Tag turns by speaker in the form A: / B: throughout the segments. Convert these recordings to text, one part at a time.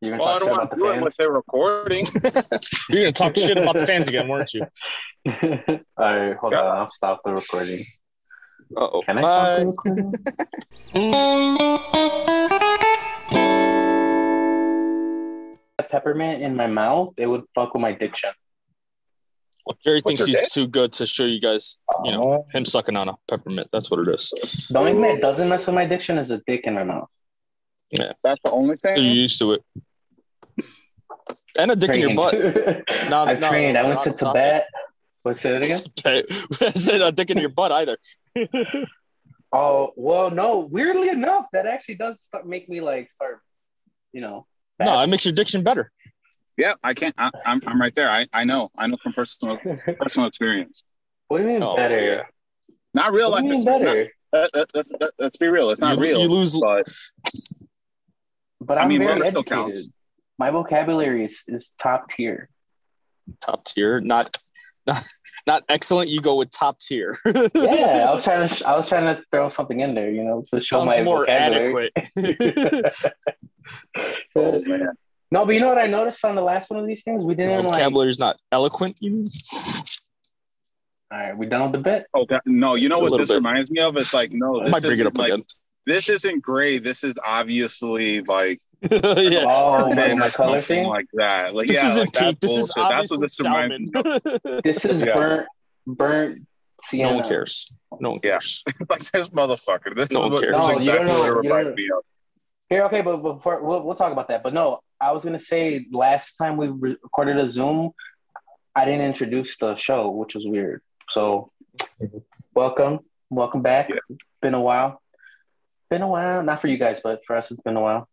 A: You're
B: Well, I
A: gonna
B: don't want
A: talk
B: to do it
A: shit
B: unless they're recording.
C: You're gonna talk shit about the fans again, weren't you?
A: about the fans. All right, hold on. I'll stop the recording.
C: Uh-oh.
A: Can I stop the recording? A peppermint in my mouth, it would fuck with my diction.
C: Jerry
B: What's Uh-huh.
C: thinks
B: her
C: he's too good to show you guys, you know, him sucking on a peppermint. That's what it is.
A: The only thing that doesn't mess with my diction is a dick in my mouth.
B: That's the only
C: You're
B: thing.
C: used to it. And a dick in your butt.
A: butt.
C: No,
A: I
C: no,
A: trained. I
C: no,
A: went to
C: it's not-
A: Tibet. What's that again?
C: Okay. I said a dick in your butt either.
A: Oh well, no. Weirdly enough, that actually does start, make me like start, you know.
C: No, it makes your diction better.
B: Yeah, I can't. I, I'm, I'm right there. I, I know. I know from personal personal experience.
A: What do you mean
C: Oh.
A: better?
B: Not real
A: What
B: life.
A: do you mean
B: experience.
A: better?
B: Not- that- that- that's- that- let's be real. It's not
C: you,
B: real.
C: You lose.
B: but
A: But
B: I
A: I'm
B: mean,
A: very
B: real
A: educated.
B: still counts.
A: My vocabulary is, is top tier.
C: top tier, not not not excellent. You go with top tier.
A: Yeah, I was trying to I was trying to throw something in there, you know, to show
C: Sounds
A: my
C: more
A: vocabulary.
C: adequate.
B: oh, man.
A: No, but you know what I noticed on the last one of these things? We didn't like. All
C: Vocabulary is not eloquent. You mean?
A: right, we done with the bit.
B: Oh, that- no, you know
C: A
B: what
C: little
B: this
C: bit.
B: reminds me of? It's like no,
C: I might
B: this
C: bring
B: is
C: it up
B: like
C: again.
B: this isn't gray. This is obviously like
C: yeah.
A: Oh, my,
B: mint
A: my
B: or
A: color
B: something
A: thing.
B: like that. Like
C: this
B: yeah,
C: isn't
B: like, that's
C: pink. This is
B: bullshit. That's what
C: obviously
B: this reminds me.
C: salmon.
A: This is
B: Yeah.
A: burnt, burnt. Sienna.
C: no one cares. No one
B: Yeah.
C: cares.
B: like this motherfucker. This is
C: No one
B: what,
C: cares.
B: this is
A: No, you don't
B: exactly what
A: know-
B: it
A: you don't-
B: reminds me of.
A: Here, okay, but before we'll, we'll talk about that. But no, I was gonna say last time we re- recorded a Zoom, I didn't introduce the show, which was weird. So, welcome, welcome back.
B: Yeah.
A: Been a while. Been a while. Not for you guys, but for us, it's been a while.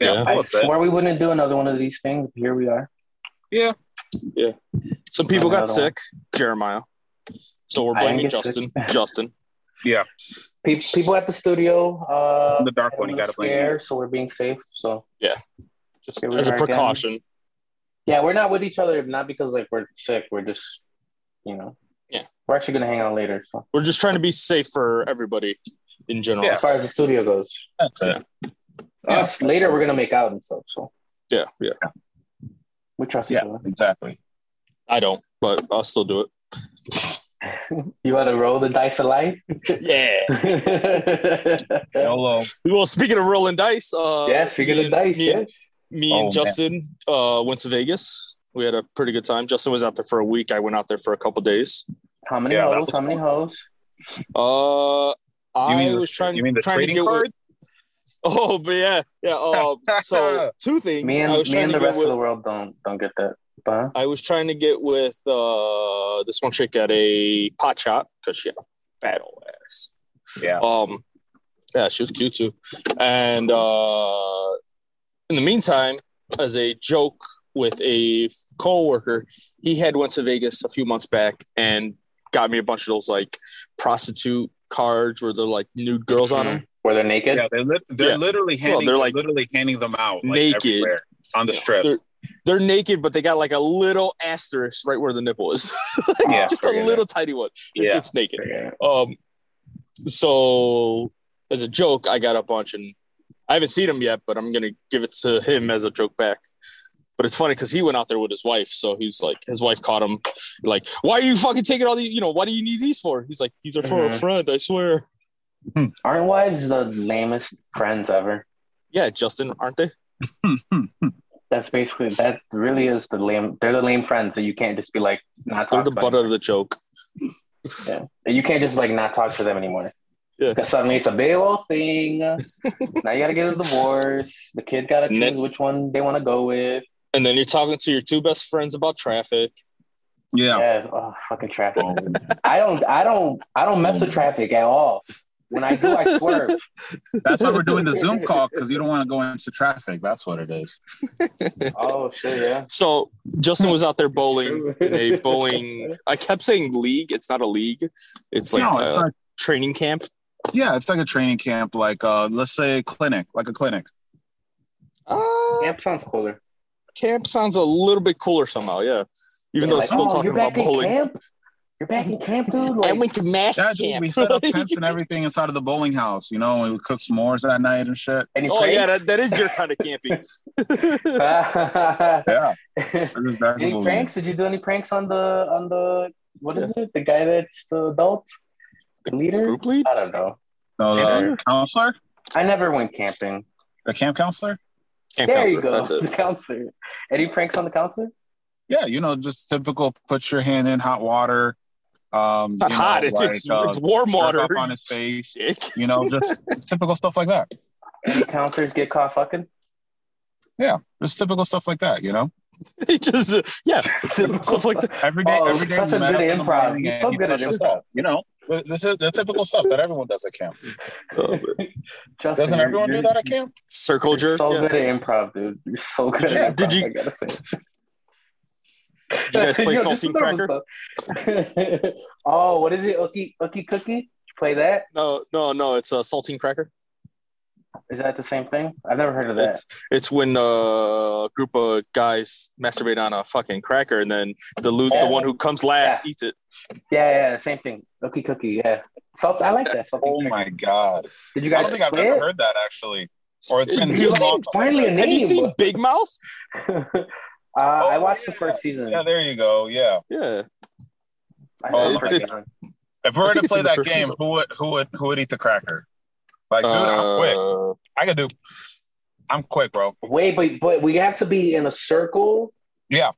B: Yeah,
C: Yeah.
B: I'm cool
A: I
B: with that.
A: swore we wouldn't do another one of these things, but here we are.
C: Some people got
A: Another one.
C: sick. Jeremiah. So we're
A: I didn't
C: blaming
A: get sick.
C: Justin. Justin.
A: Pe- people at the studio, uh,
B: The dark one, you gotta blame
A: scare, so we're being safe. So
C: Just
A: Here we
C: as
A: are
C: a
A: again.
C: precaution.
A: yeah, we're not with each other, not because like we're sick. We're just, you know,
C: Yeah.
A: we're actually gonna hang out later. So
C: We're just trying to be safe for everybody in general.
B: Yeah.
A: as far as the studio goes.
B: That's it. Yeah.
A: Us later, we're gonna make out and stuff. So
C: Yeah. yeah.
A: we trust
B: Yeah,
A: each other.
B: exactly.
C: I don't, but I'll still do it.
A: You want to roll the dice of life?
C: Yeah.
A: yes,
B: Hello.
C: Well, speaking of rolling dice, uh,
A: we get a
C: me and-
A: dice.
C: me
A: Yeah.
C: and- me
B: Oh, man.
C: and Justin uh, went to Vegas. We had a pretty good time. Justin was out there for a week. I went out there for a couple days.
A: How many
B: Yeah, that
A: hoes?
B: was-
A: How many hoes?
C: Uh, I
B: the-
C: was trying.
B: You mean the
C: trying
B: trading
C: to get
B: card?
C: With, oh, but yeah, yeah. Um, so two things.
A: Me and
C: I was
A: me
C: trying
A: and
C: to
A: the
C: get
A: rest
C: with,
A: of the world don't don't get that. But
C: I was trying to get with uh, this one chick at a pot shop because she had a fat old ass.
B: Yeah.
C: Um, yeah, she was cute too. And uh, in the meantime, as a joke with a f- coworker, he had went to Vegas a few months back and got me a bunch of those like prostitute cards where they're like nude girls
B: Mm-hmm.
C: on them.
A: were they naked?
B: Yeah, they're, lit they're
C: Yeah.
B: literally handing
C: they're
B: they're
C: like
B: literally handing them out like,
C: naked.
B: everywhere on the strip.
C: They're, they're naked, but they got like a little asterisk right where the nipple is. Like,
B: Yeah,
C: just a
A: forget
C: little tiny one. It's,
B: Yeah.
C: it's naked.
A: Yeah.
C: Um, so as a joke, I got a bunch, and I haven't seen him yet, but I'm gonna give it to him as a joke back. But it's funny because he went out there with his wife, so he's like, his wife caught him, like, why are you fucking taking all the, you know, what do you need these for? He's like, these are for a
B: Mm-hmm.
A: Mhm.
C: friend, I swear.
A: Aren't wives the lamest friends ever?
C: Yeah, Justin, aren't they?
B: Hmm,
A: That's basically that. Really is the lame. They're the lame friends that you can't just be like not.
C: They're
A: Talk
C: the
A: about
C: butt of the joke.
A: Yeah. You can't just like not talk to them anymore.
C: Yeah.
A: Because suddenly it's a big old thing. now you gotta get a divorce. The kid gotta
C: Ne-
A: choose which one they want to go with.
C: And then you're talking to your two best friends about traffic.
B: Yeah.
A: Yeah. Oh, fucking traffic. I don't. I don't. I don't mess with traffic at all. When I do, I swerve.
B: That's why we're doing the Zoom call because you don't want to go into traffic. That's what it is.
A: Oh shit! Yeah.
C: So Justin was out there bowling
A: True.
C: in a bowling. I kept saying league. It's not a league. It's like
B: no,
C: a
B: it's like,
C: training camp.
B: yeah, it's like a training camp, like uh, let's say a clinic, like a clinic.
C: Uh,
A: Camp sounds cooler.
C: camp sounds a little bit cooler somehow. Yeah,
A: They're
C: even though
A: like,
C: it's still
A: "Oh,
C: talking
A: you're back
C: about
A: at
C: bowling.
A: Camp? You're back in camp, dude. Like,
C: I went to mass
B: Yeah, dude,
C: camp.
B: we set up tents and everything inside of the bowling house, you know, and we cooked s'mores that night and shit.
A: and he
C: oh
A: prays?
C: yeah, that, that is your kind of camping.
B: Yeah.
A: any pranks? Did you do any pranks on the on the what is it? The guy that's the adult, the leader?
C: Group lead?
A: I don't know.
B: No,
C: Yeah.
B: the uh, counselor?
A: I never went camping.
B: The camp counselor?
C: Camp
A: there
C: counselor,
A: you go.
C: that's it.
A: The counselor. Any pranks on the counselor?
B: Yeah, you know, just typical put your hand in hot water. Um,
C: It's not
B: you know,
C: hot. It's,
B: like,
C: it's,
B: uh,
C: it's warm
B: jerk
C: water.
B: off on his face.
C: Dick.
B: You know, just typical stuff like that.
A: Any counselors get caught fucking?
B: Yeah, just typical stuff like that. You know,
C: It just uh, yeah, stuff like that.
B: every day,
A: Oh,
B: every day.
A: such
B: we
A: a
B: met
A: good
B: up in the
A: improv.
B: morning
A: He's
B: and
A: so
B: he
A: good at
B: touched us
A: improv.
B: up, You know, this is the typical stuff that everyone does at camp.
A: Justin,
B: Doesn't everyone do
A: you're-
B: that at camp?
C: Oh, Circle
A: You're
C: jerk.
A: so
C: yeah.
A: good at improv, dude. You're so good
C: Did you-
A: at improv.
C: did you-
A: I gotta say.
C: Did you guys play
A: Yo,
C: saltine
A: this is
C: cracker?
A: normal stuff. oh, what is it? Ookie, ookie cookie? Did you play that?
C: No, no, no. It's a uh, saltine cracker.
A: Is that the same thing? I've never heard of that.
C: It's it's when uh, a group of guys masturbate on a fucking cracker, and then the lo-
A: Yeah.
C: the one who comes last eats it.
A: Yeah, yeah, same thing. Ookie cookie, yeah. Salt. I like that. Salt.
B: Oh my god!
A: Did you guys
B: I don't think I've
A: play
B: ever
A: it?
B: heard that actually. Or it's been
C: Have
B: too
C: you
B: long.
C: seen-
A: Finally, a
C: Have
A: name.
C: you seen Big Mouth?
A: uh, I watched the
B: Oh, yeah.
A: first season.
B: Yeah, there you go. Yeah.
C: Yeah,
A: I
B: Oh,
A: never
C: it's-
A: heard that.
B: If we
C: I
B: were to
C: think it's
B: play
C: in the
B: that
C: first
B: game,
C: season.
B: who would who would who would eat the cracker? Like, dude, I'm quick.
C: Uh,
B: I could do. I'm quick, bro.
A: Wait, but but we have to be in a circle
B: Yeah,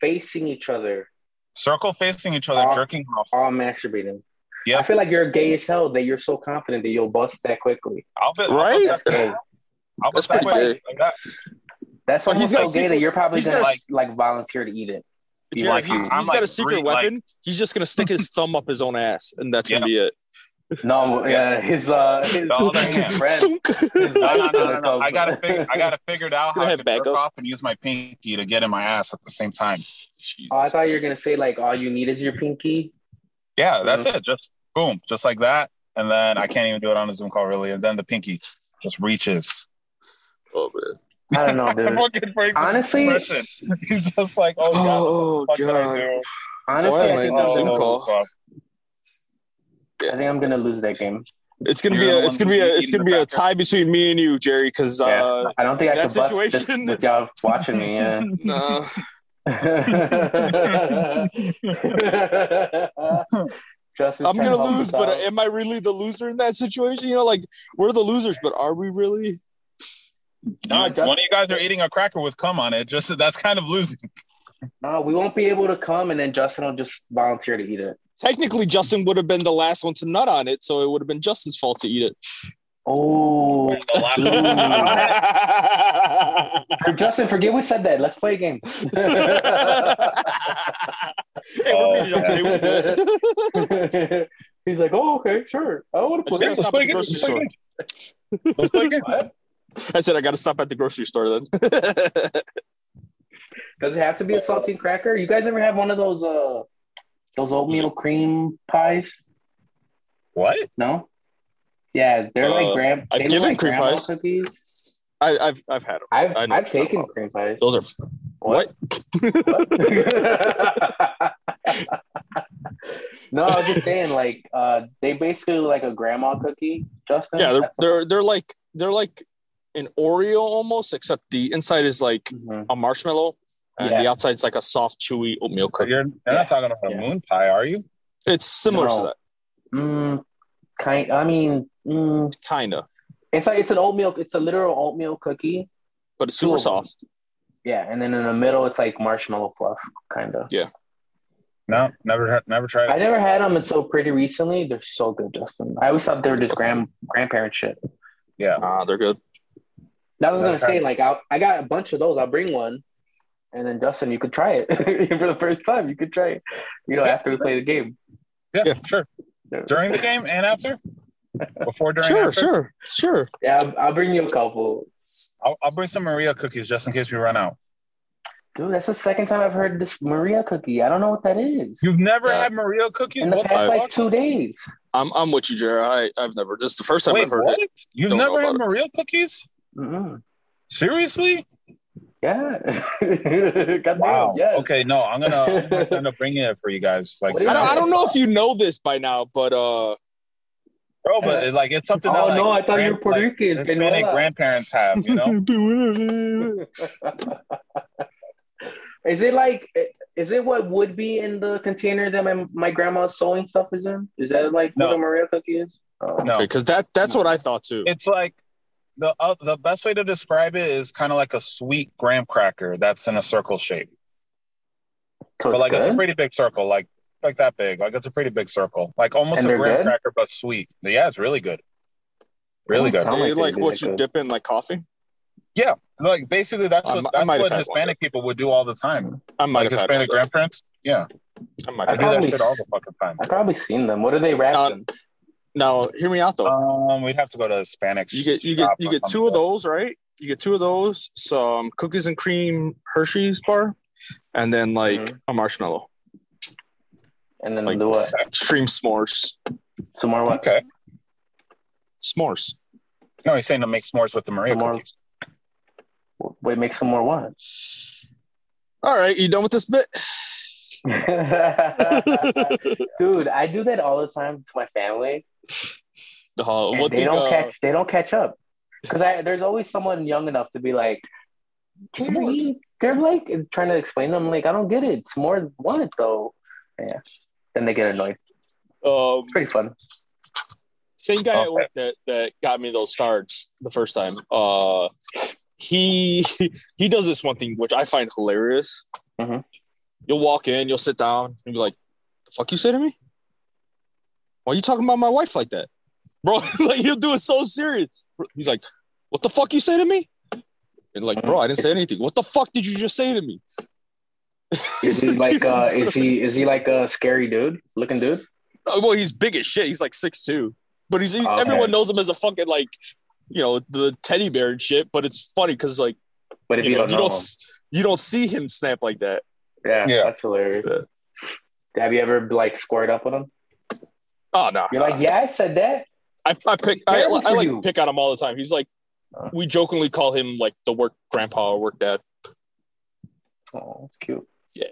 A: facing each other,
B: circle facing each other,
A: Oh.
B: jerking off.
A: all masturbating.
B: Yeah.
A: I feel like you're gay as hell that you're so confident that you'll bust that quickly.
B: I'll bet.
C: Right?
B: I'll bet
A: That's gay.
B: I'll bet
C: That's
B: that
C: pretty
B: quick. Like that.
A: That's
C: But
A: almost
C: he's
A: so
C: got
A: gay
C: secret-
A: that you're probably
C: he's
A: gonna
B: got
A: like, like volunteer to eat it.
C: Jared,
B: like,
C: he's,
B: I'm
C: he's
B: like
C: got a secret
B: three, like-
C: weapon. he's just gonna stick his thumb up his own ass, and that's gonna be it.
A: No, yeah, his uh, his
B: The other hand.
A: bread.
B: No, no,
A: That's
B: no,
A: gonna
B: no, no.
A: come.
B: I gotta figure. I gotta figure it out
C: Go
B: how I
C: ahead,
B: can
C: back
B: jerk
C: up.
B: off and use my pinky to get in my ass at the same time.
A: Oh, I thought you were gonna say like all you need is your pinky.
B: Yeah, that's
C: Mm-hmm.
B: it. Just boom, just like that, and then I can't even do it on a Zoom call really, and then the pinky just reaches.
C: Oh, man.
A: I don't know,
B: It
A: dude.
B: fucking breaks the
A: honestly,
B: person. He's just like, oh, God, what
C: Oh,
B: the fuck did I
C: god.
B: do? Oh,
A: honestly,
C: Why
A: I
C: am I
A: think,
C: in the
A: I'm
C: Zoom
A: gonna-
C: call?
B: fuck.
A: I think I'm gonna lose that game.
C: It's gonna
B: You're
C: be
B: the
C: a,
B: one
C: it's gonna be a,
B: eating
C: it's gonna
B: the
C: be a
B: cracker.
C: tie between me and you, Jerry, because uh,
A: I don't think I
C: That
A: can bust this
C: situation-
A: with y'all watching me. Yeah.
C: no.
A: Justin's
C: I'm
A: trying to
C: gonna
A: help
C: lose,
A: us
C: but
A: out.
C: am I really the loser in that situation? You know, like we're the losers, but are we really?
B: No,
A: Justin-
B: one of you guys are eating a cracker with cum on it. Just that's kind of losing.
A: no, we won't be able to come, and then Justin will just volunteer to eat it.
C: Technically, Justin would have been the last one to nut on it, so it would have been Justin's fault to eat it.
A: Oh, Justin, forget we said that. Let's play a game.
C: hey, we're meeting
B: Oh,
C: up today. We can do it.
A: He's like, oh, okay, sure. I want to
C: I
A: play.
C: just gotta stop at the grocery store.
B: Let's play again.
C: I said I got to stop at the grocery store then.
A: Does it have to be a saltine cracker? You guys ever have one of those uh those oatmeal cream pies?
B: What?
A: No. Yeah, they're
C: Uh,
A: like grand.
C: I've
A: they look
C: given
A: like
C: cream
A: grandma
C: pies.
A: Cookies.
C: I, I've I've had them.
A: I've
C: I know
A: I've
C: what you're
A: taken
C: talking
A: cream pies.
C: Those are what?
A: no, I was just saying, like, uh, they basically look like a grandma cookie, Justin.
C: Yeah, they're
A: That's-
C: they're they're like they're like an Oreo almost, except the inside is like
A: Mhm.
C: a marshmallow, and
A: Yeah.
C: the outside's like a soft, chewy oatmeal
B: You're,
C: cookie.
B: you're not talking about
A: Yeah.
B: a moon pie, are you?
C: It's similar
A: No.
C: to that,
A: Mm, kind. I mean, mm,
C: kinda,
A: it's like it's an oatmeal. It's a literal oatmeal cookie.
C: but it's super
A: Two of them.
C: soft.
A: Yeah, and then in the middle, it's like marshmallow fluff, kind of.
B: No, never, had- never tried
A: I
B: it.
A: never had them until pretty recently. They're so good, Justin. I always thought they were just grand grandparent shit.
B: Yeah,
C: Ah, they're good.
A: That was gonna
B: Okay.
A: say like I I got a bunch of those. I'll bring one, and then Justin, you could try it for the first time. You could try it, you know, after we play the game.
B: yeah,
C: Yeah.
B: sure. During the game and after, before, during,
C: Sure,
B: after?
C: sure, sure.
A: Yeah, I'll, I'll bring you a couple.
B: I'll, I'll bring some Maria cookies just in case we run out.
A: Dude, that's the second time I've heard this Maria cookie. I don't know what that is.
B: You've never
C: Yeah.
B: had Maria cookies
A: In the
B: What
A: past
B: fuck?
A: like two days.
C: I'm I'm with you, Jared. I I've never. This is the first time
B: Wait,
C: I've heard
B: what?
C: it.
B: You've
C: Don't know
B: never had
C: about it.
B: Maria cookies?
A: Mm-mm.
B: Seriously?
A: Mm-hmm. Yeah. God
B: Wow.
A: damn, yes.
B: Okay, no, I'm gonna I'm gonna end up bringing it for you guys. Like,
A: What do you
C: I don't, I don't know if you know this by now, but uh,
B: bro, but it, like it's something. that,
A: Oh
B: like,
A: no, I thought you were
B: grand-
A: Puerto
B: like,
A: Rican.
B: Hispanic
A: Penuela.
B: grandparents have, you know.
A: is it like? Is it what would be in the container that my my grandma's sewing stuff is in? Is that like
B: No.
A: what a Maria cookie is? Oh.
B: No,
C: because that that's what I thought too.
B: it's like the uh, the best way to describe it is kind of like a sweet graham cracker that's in a circle shape,
A: So
B: but
A: it's
B: like it's a
A: good?
B: pretty big circle, like like that big, like it's a pretty big circle, like almost
A: And
B: a
A: they're
B: graham
A: good?
B: cracker but sweet. Yeah, it's really good, really
A: That
B: good.
A: sounds- like
C: They Eh, like
A: they
C: what
A: did
C: you
A: good.
C: dip in like coffee.
B: Like basically, that's
C: I
B: what
C: mi- I
B: that's
C: might have
B: what
C: had one.
B: Hispanic people would do all the time.
C: I might
B: Like
C: have had one.
B: Hispanic grandparents, yeah,
C: I might
B: I
C: have
B: do
C: had
B: that
A: probably
B: shit all
A: s-
B: the fucking time.
A: I've probably seen them. What are they wrapped
C: Uh,
A: in?
C: Now, hear me out though.
B: Um, we'd have to go to Hispanic.
C: you get you get
B: shop
C: you
B: or
C: get
B: something.
C: two of those, right? You get two of those, some cookies and cream Hershey's bar, and then like
A: Mhm.
C: a marshmallow.
A: And then
C: like-
A: do what?
C: Extreme s'mores.
A: Some more what?
B: Okay.
C: S'mores.
B: No, he's saying to make s'mores with the Maria
A: Tomorrow.
B: cookies.
A: Wait, make some more what?
C: All right, you done with this bit?
A: Dude, I do that all the time to my family.
C: Uh,
A: and
C: what
A: they
C: did,
A: don't
C: uh,
A: catch they don't catch up because I there's always someone young enough to be like
C: S'mores.
A: "Jerry, they're like trying to explain them like I don't get it it's more what though yeah then they get annoyed
C: um,
A: it's pretty fun
C: same guy
B: Okay.
C: at work that that got me those cards the first time. Uh, he he does this one thing which I find hilarious.
A: Mhm.
C: You'll walk in, you'll sit down, and be like, "The fuck you say to me? Why you talking about my wife like that, bro?" like he'll do it so serious. He's like, "What the fuck you say to me?" And like, bro, I didn't say anything. What the fuck did you just say to me?
A: is he
C: Just
A: like
C: keeps
A: uh,
C: doing
A: is he is he like a scary dude looking dude
C: Oh, well, he's big as shit. He's like six two, but he's he-
A: Oh, Okay.
C: everyone knows him as a fucking like, you know, the teddy bear and shit. But it's funny because like
A: but if
C: you,
A: you,
C: know,
A: don't
C: you
A: know
C: don't
A: him,
C: s- you don't see him snap like that.
A: yeah,
B: Yeah.
A: that's hilarious
C: Yeah.
A: have you ever like squared up with him
C: Oh no,
A: you're like yeah I said that
C: I, I pick I,
A: Terrible
C: I like
A: for you.
C: pick on him all the time. He's like,
A: Uh.
C: we jokingly call him like the work grandpa or work dad.
A: oh that's cute
C: Yeah.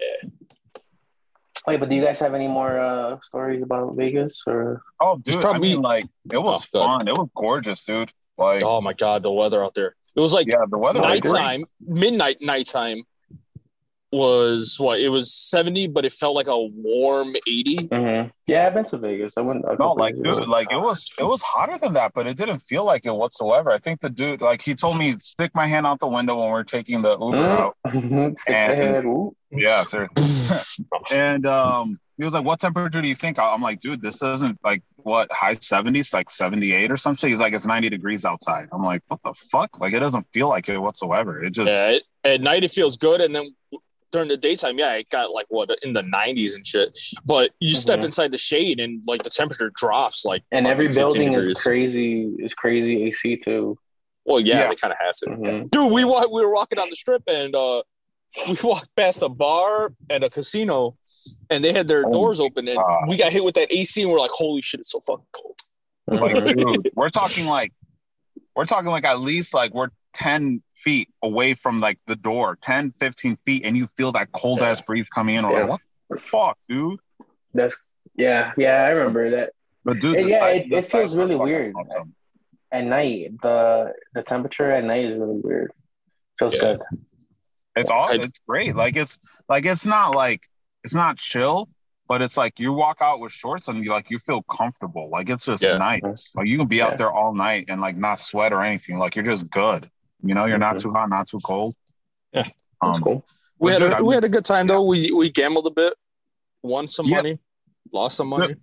A: wait but do you guys have any more uh, stories about Vegas or
B: Oh, dude,
C: It's probably-
B: I mean, like it was
C: Oh, God.
B: fun. It was gorgeous, dude. Like,
C: Oh my god, the weather out there. It was like
B: yeah, the weather. was great.
C: nighttime, midnight nighttime was what it was 70 but it felt like a warm 80
A: Mhm. yeah I've been to Vegas I wouldn't I
B: Mm-hmm. No,
A: couldn't
B: like,
A: believe
B: dude, like it was it was hotter than that, but it didn't feel like it whatsoever. I think the dude, like, he told me stick my hand out the window when we are taking the Uber
A: Mm.
B: out.
A: Stick
B: And-
A: my head, ooh.
B: Yeah, sir. And um, he was like, "What temperature do you think?" I- I'm like, "Dude, this isn't like what high 70s, like 78 or something." He's like, "It's 90 degrees outside." I'm like, "What the fuck?" Like, it doesn't feel like it whatsoever. It just
C: yeah it, at night it feels good and then during the daytime yeah it got like what in the 90s and shit but you step
A: Mhm.
C: inside the shade and like the temperature drops like
A: And every
C: 15
A: building is
C: degrees.
A: crazy is crazy AC too.
C: well yeah,
B: Yeah.
C: they kind of has to
A: Mhm.
C: dude we walk, we were walking on the strip and uh we walked past a bar and a casino and they had their
B: Oh,
C: doors open and
B: God.
C: we got hit with that ac and we're like holy shit it's so fucking cold
B: Like, dude, we're talking like we're talking like at least like we're 10 feet away from like the door, 10, 15 feet, and you feel that cold ass breeze coming in. We're
A: Yeah.
B: like, what the fuck, dude?
A: That's yeah, yeah, I remember that.
B: But dude,
A: Yeah,
B: the sight-
A: it-
B: the
A: it feels
B: sights are
A: really
B: fucking
A: weird.
B: awesome.
A: At night, the the temperature at night is really weird. Feels
C: Yeah.
A: good.
B: It's all
C: I-
B: it's great. Like it's like it's not like it's not chill, but it's like you walk out with shorts and you like you feel comfortable. Like it's just
C: Yeah.
B: nice. Like you can be
A: Yeah.
B: out there all night and like not sweat or anything. Like you're just good. You know, you're not
A: Mhm.
B: too hot, not too cold.
C: Yeah.
A: That's
B: Um,
A: cool.
C: we
B: Well,
C: had
B: dude,
C: a,
B: I
C: we
B: mean-
C: had a good time though we we gambled a bit won some
B: Yeah.
C: money lost some money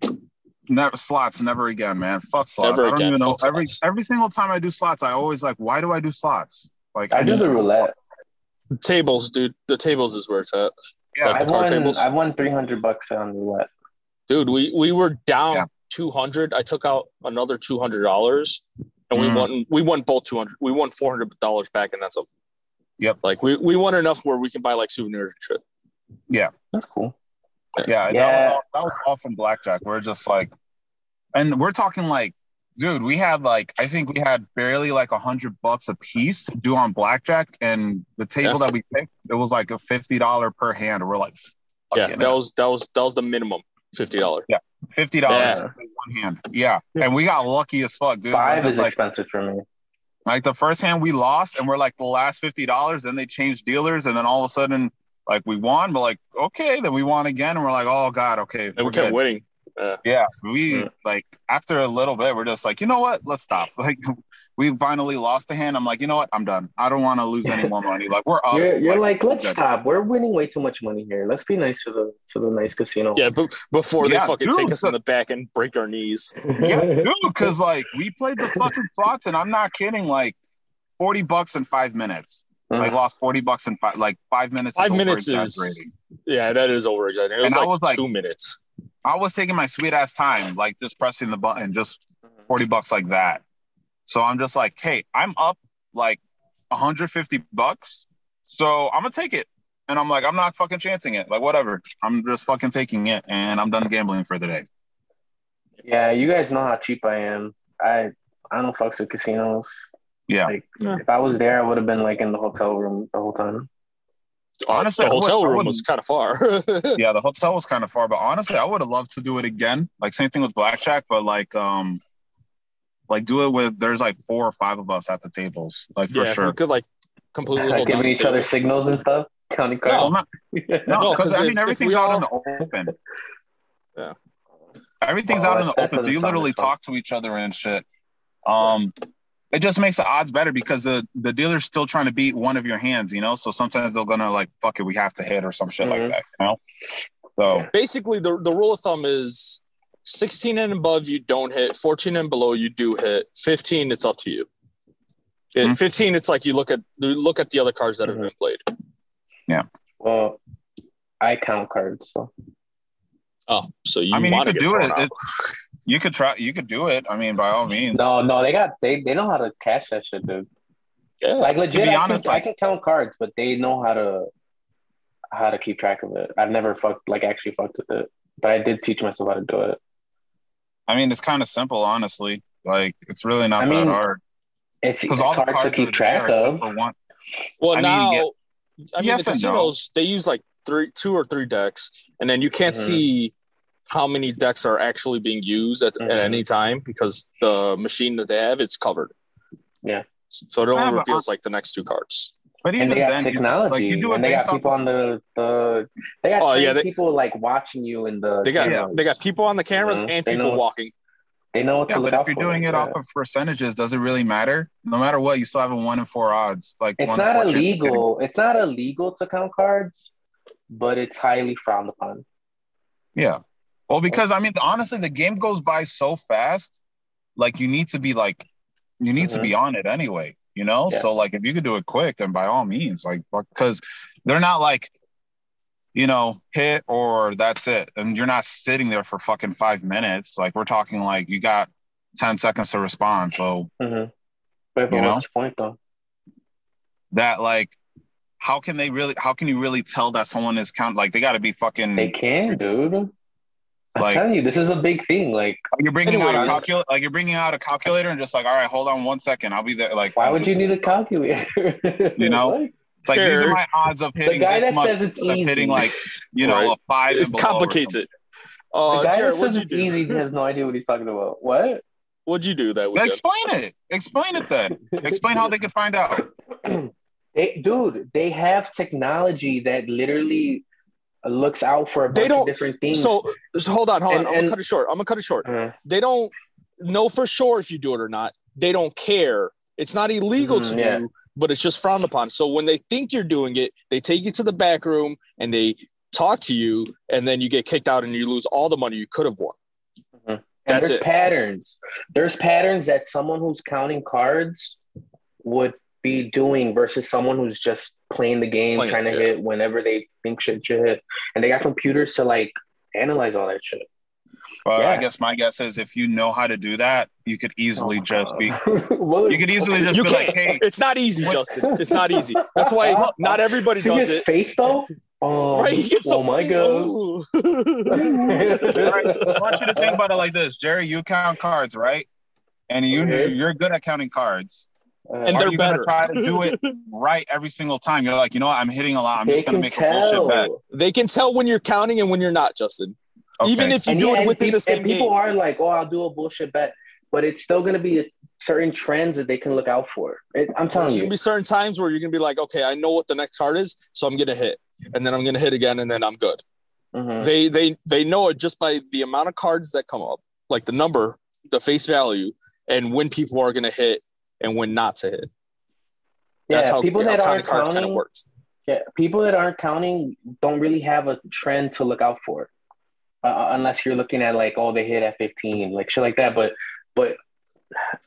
B: Never slots, never again, man. Fuck slots.
C: Never
B: I don't
C: again,
B: even know.
C: fuck
B: Every
C: slots.
B: every single time I do slots, I always like, why do I do slots? Like
A: I do the roulette.
C: tables dude the tables is where it's at
B: Yeah.
A: I
C: the card
A: won
C: tables?
A: I won three hundred bucks on roulette.
C: dude we we were down
B: Yeah.
C: 200 i took out another 200 dollars and
B: Mm.
C: we won we won both 200 we won 400 dollars back and that's a
B: Yep.
C: like we we won enough where we can buy like souvenirs and shit
A: That's cool.
B: Yeah,
A: Yeah.
B: and That, was all, that was all from blackjack. We're just like, and we're talking like dude, we had like I think we had barely like a hundred bucks a piece to do on blackjack, and the table
C: Yeah.
B: that we picked it was like a fifty dollar per hand. And we're like,
C: yeah,
B: fucking
C: that was that was that was the minimum fifty dollar.
B: fifty dollars
A: Yeah.
B: one hand. Yeah, and we got lucky as fuck, dude.
A: Five
B: Like,
A: is
B: like,
A: expensive for me.
B: like the first hand we lost, and we're like the last fifty dollars. Then they changed dealers, and then all of a sudden. Like we won, but like okay, then we won again, and we're like, oh god, okay,
C: And
B: we're
C: we kept
B: good.
C: winning.
B: Yeah, we
A: Yeah.
B: like after a little bit, we're just like, you know what? Let's stop. Like, we finally lost the hand. I'm like, you know what? I'm done. I don't want to lose any more money. Like, we're up.
A: you're you're like, let's
B: yeah.
A: stop. We're winning way too much money here. Let's be nice to the to the nice casino.
C: Yeah, but before
B: Yeah,
C: they fucking
B: dude,
C: take us in
B: the-
C: the back and break our knees.
B: yeah,
A: Mm.
B: dude, because like we played the fucking slots, and I'm not kidding. Like, forty bucks in five minutes. Like, lost forty bucks in five, like five minutes.
C: Uh-huh. Five
B: over
C: minutes
B: exaggerating.
C: is yeah, that is over exaggerating. It was,
B: And I
C: like,
B: was like-
C: two minutes.
B: I was taking my sweet ass time, like just pressing the button, just forty bucks like that. So I'm just like, hey, I'm up like 150 bucks, so I'm gonna take it. And I'm like, I'm not fucking chancing it. Like whatever, I'm just fucking taking it, and I'm done gambling for the day.
A: Yeah, you guys know how cheap I am. I I don't fucks with casinos.
B: Yeah.
A: Like
C: Yeah.
A: if I was there, I would have been like in the hotel room the whole time.
C: Uh,
B: Honestly, I
C: the
B: would-
C: hotel
B: I
C: room
B: wouldn't-
C: was kind of far.
B: Yeah, the hotel was kind of far, but honestly, I would have loved to do it again. Like same thing with blackjack, but like um, like do it with there's like four or five of us at the tables, like for
C: yeah, if we
B: sure.
C: could like completely
A: Like
C: hold on
A: giving
C: to
A: each
C: it.
A: other signals and stuff. County
C: No.
A: cards.
B: No,
C: No,
B: because
C: 'cause
B: I
C: if-
B: mean
C: if
B: everything's
C: we
B: out in
C: all-
B: the open.
C: Yeah.
B: Everything's
A: Well,
B: out in
A: that-
B: the
A: that
B: open. So
A: doesn't
B: you
A: sound
B: literally
A: as fun.
B: talk to each other and shit. Um, it just makes the odds better because the the dealer's still trying to beat one of your hands, you know. So sometimes they're gonna like, fuck it, we have to hit or some shit
A: Mhm.
B: like that, you know. So
C: Basically, the the rule of thumb is sixteen and above you don't hit, fourteen and below you do hit, fifteen it's up to you. At
B: Hmm.
C: Fifteen, it's like you look at you look at the other cards that have
A: Mhm.
C: been played.
A: Well, I count cards. So
C: Oh, so you
B: I mean, you
C: want to
B: could
C: get
B: do
C: thrown
B: it.
C: out?
B: It- You could try. You could do it. I mean, by all means.
A: no, no, they got they they know how to cash that shit, dude.
C: Yeah.
A: Like legit,
B: be
A: I,
B: honest,
A: can, I
B: like-
A: can count cards, but they know how to how to keep track of it. I've never fucked like actually fucked with it, but I did teach myself how to do it.
B: I mean, it's kind of simple, honestly. Like, it's really not
A: I
B: that
A: mean,
B: hard.
A: It's, it's
B: Because all the
A: hard
B: cards
A: to
B: are
A: keep
B: there
A: track
B: except
A: of.
B: for one-
C: Well,
B: I mean,
C: now
B: yeah.
C: I mean
B: Yes
C: the
B: and no.
C: casinos they use like three, two or three decks, and then you can't
A: Mhm.
C: see how many decks are actually being used at, at
A: Mhm.
C: any time because the machine that they have it's covered.
A: Yeah.
C: So it
B: Yeah,
C: only
B: Ah, but uh,
C: reveals like the next two cards.
B: But even
A: and they got
B: then, you-
A: technology,
B: like, you do it
A: and they
B: based
A: got
B: off
A: people on the, the they got
C: Oh,
A: trained
C: yeah, they-
A: people like watching you in the
C: They got
A: cameras.
C: they got people on the cameras
A: Mhm.
C: and
A: They know
C: people
A: what-
C: walking.
A: they know what
B: Yeah,
A: to
B: but
A: look
B: if
A: out
B: you're
A: for. uh,
B: doing it
A: Yeah.
B: off of percentages, does it really matter? No matter what, you still have a one in four odds. Like
A: it's
B: one in
A: not
B: four chance of getting-
A: illegal. It's not illegal to count cards, but it's highly frowned upon.
B: Yeah. Well, because I mean, honestly, the game goes by so fast. Like you need to be like, you need to
A: Mhm.
B: be on it anyway. You know.
A: Yeah.
B: So like, if you could do it quick, then by all means, like, because they're not like, you know, hit or that's it, and you're not sitting there for fucking five minutes. Like we're talking like you got ten seconds to respond. So
A: hmm But
B: You know?
A: what's the point though?
B: that like how can they really how can you really tell that someone is count like they got to be fucking
A: They can, dude. I'm
B: Hmm. Like-
A: telling you, this is a big thing. Like,
B: you're bringing out a
C: Anyways.
B: calculator like you're bringing out a calculator and just like all right hold on one second i'll be there like
A: why would you need a calculator?
B: You know?
A: What?
B: it's like these are
C: Sure.
B: my odds of
A: the
B: hitting
A: guy
B: this
A: that
B: much
A: says it's
B: of
A: easy,
B: hitting like you know
C: Right.
B: a five
C: It
B: and below or
C: complicates
B: something.
C: it. Uh,
A: the guy
C: Jared,
A: that
C: what'd
A: says
C: you
A: it's
C: do?
A: easy has no idea what he's talking about. What?
C: What'd you do that
B: Then
C: weekend?
B: explain it explain it then explain how they could find out
A: They, dude, they have technology that literally looks out for a bunch
C: They
A: of
C: don't-
A: different things.
C: So, so hold on, hold on.
A: And-
C: I'm gonna
A: and-
C: cut it short. I'm gonna cut it short.
A: Uh,
C: they don't know for sure if you do it or not. They don't care. It's not illegal
A: Mhm,
C: to
A: yeah.
C: do, but it's just frowned upon. So when they think you're doing it, they take you to the back room and they talk to you, and then you get kicked out and you lose all the money you could have won.
A: and
C: That's
A: there's
C: it.
A: patterns. There's patterns that someone who's counting cards would be doing versus someone who's just playing the game,
C: Playing,
A: trying to
C: yeah.
A: hit whenever they think shit should hit. And they got computers to like analyze all that shit.
B: but i
A: Yeah.
B: guess my guess is if you know how to do that you could easily
A: Oh,
B: just be
A: What-
B: you could easily just
C: you
B: be
C: can't.
B: like hey
C: It's not easy, Justin. It's not easy. That's why not everybody
A: See
C: does
A: his
C: it.
A: face though? Oh,
C: Right? He gets so-
A: oh my god.
C: Ooh.
B: I want you to think about it like this, Jerry. You count cards, right? and you
A: Okay.
B: you're good at counting cards.
A: Uh,
C: And
B: Are
C: they're
B: you gonna
C: better.
B: Try to do it right every single time. You're like, you know what? I'm hitting a lot. I'm
A: they
B: just gonna
A: can
B: make a bullshit bet.
A: tell.
C: They can tell when you're counting and when you're not, Justin.
B: Okay.
C: Even if you
A: And,
C: do
A: yeah,
C: it
A: and
C: within
A: peop-
C: the same
A: and people
C: game.
A: are like, "Oh, I'll do a bullshit bet," but it's still going to be a, certain trends that they can look out for. It, I'm telling
C: There's
A: you,
C: gonna be certain times where you're gonna be like, okay, I know what the next card is, so I'm gonna hit, and then I'm gonna hit again, and then I'm good.
A: Mhm.
C: They they they know it just by the amount of cards that come up, like the number, the face value, and when people are gonna hit and when not to hit. That's
A: yeah,
C: how
A: people that
C: how
A: are
C: counting cards kind of
A: counting,
C: works.
A: yeah, people that aren't counting don't really have a trend to look out for, uh, unless you're looking at like, "Oh, they hit at 15," like shit like that. But, but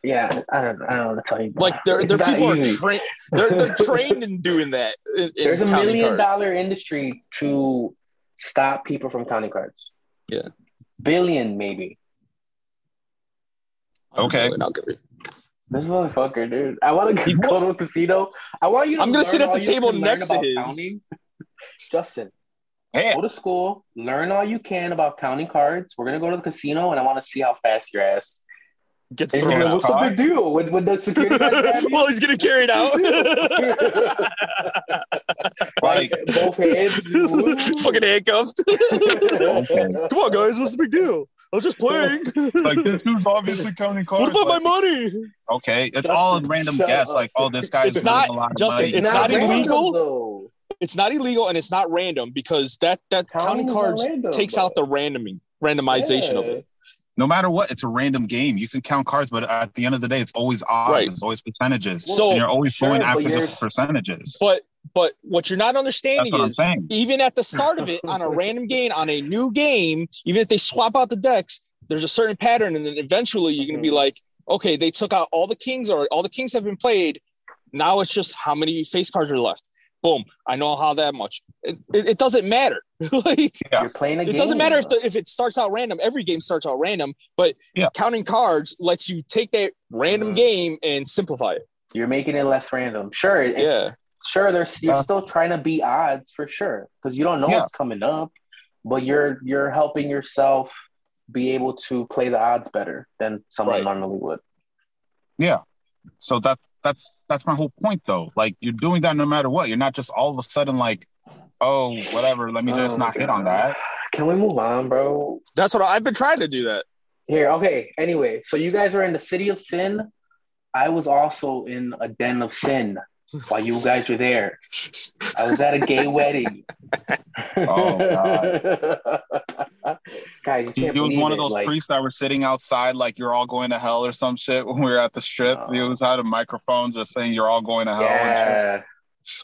A: yeah, I don't, I don't want to tell you. bro.
C: Like there
A: It's
C: there
A: not
C: people are
A: easy.
C: trained. They're, they're trained in doing that. In, in
A: There's a
C: counting
A: million
C: cards.
A: dollar industry to stop people from counting cards.
C: Yeah.
A: Billion, maybe.
B: Okay.
C: I'll give it.
A: This motherfucker, dude. I want to
C: You
A: go to a casino. I want you to
C: I'm gonna
A: learn
C: sit at
A: all
C: the
A: you
C: table
A: can learn
C: next to
A: about
C: his.
A: counting. Justin,
B: Hey,
A: go to school, learn all you can about counting cards. We're gonna go to the casino, and I want to see how fast your ass.
C: Gets
A: And you're
C: thrown
A: like,
B: out
C: out.
A: What's the
B: card?
A: big deal with with the security guys? grab you?"
C: well, he's gonna carry it out.
A: like both hands.
C: Fucking handcuffed. Come on, guys. What's the big deal? I was just playing.
B: like this dude's obviously counting cards.
C: what about my
B: like,
C: money?
B: okay, it's all a
A: Justin,
B: random
A: shut
B: guess.
A: up.
B: Like, oh, this guy's
C: It's
B: doing
C: not-
B: a lot of
C: Justin,
B: money.
C: it's not
A: random,
C: illegal.
A: though.
C: It's not illegal and it's not random because that that
A: Counting
C: counting,
A: is not
C: cards
A: random,
C: takes
A: though.
C: out the randoming randomization of it.
B: No matter what, it's a random game. You can count cards, but at the end of the day, it's always odds.
C: Right.
B: It's always percentages.
C: So-
B: and you're always
A: Sure,
B: going
A: but
B: after the
A: you're-
B: percentages.
C: But but what you're not
B: That's
C: understanding
B: what I'm
C: is
B: saying.
C: even at the start of it on a random game on a new game, even if they swap out the decks, there's a certain pattern, and then eventually you're gonna be
B: Mm-hmm.
A: Mhm.
C: like, okay, they took out all the kings or all the kings have been played. Now it's just how many face cards are left. Boom! I know how that much. It, it, it doesn't matter. like
A: You're playing a
C: it
A: game.
C: doesn't matter if the, if it starts out random. Every game starts out random, but
B: Yeah.
C: counting cards lets you take that random
A: Mhm.
C: game and simplify it.
A: You're making it less random. Sure, it-
C: Yeah.
A: sure there's you're
B: Yeah.
A: still trying to beat odds for sure because you don't know
B: Uh, Yeah.
A: what's coming up but you're you're helping yourself be able to play the odds better than someone
C: Right.
A: normally would
B: Yeah. So that's that's that's my whole point though. Like you're doing that no matter what. You're not just all of a sudden like, oh, whatever, let me just
A: Oh,
B: not hit on
A: God.
B: that.
A: can we move on bro
C: That's what I, I've been trying to do. That
A: here okay anyway so you guys are in the city of sin i was also in a den of sin while you guys were there i was at a gay wedding
B: Oh,
A: guys you
B: He
A: can't
B: was
A: believe
B: one of
A: it,
B: those
A: like-
B: priests that were sitting outside like you're all going to hell or some shit when we were at the strip. He
A: Oh.
B: was had a microphone just saying you're all going to hell. and shit.
A: yeah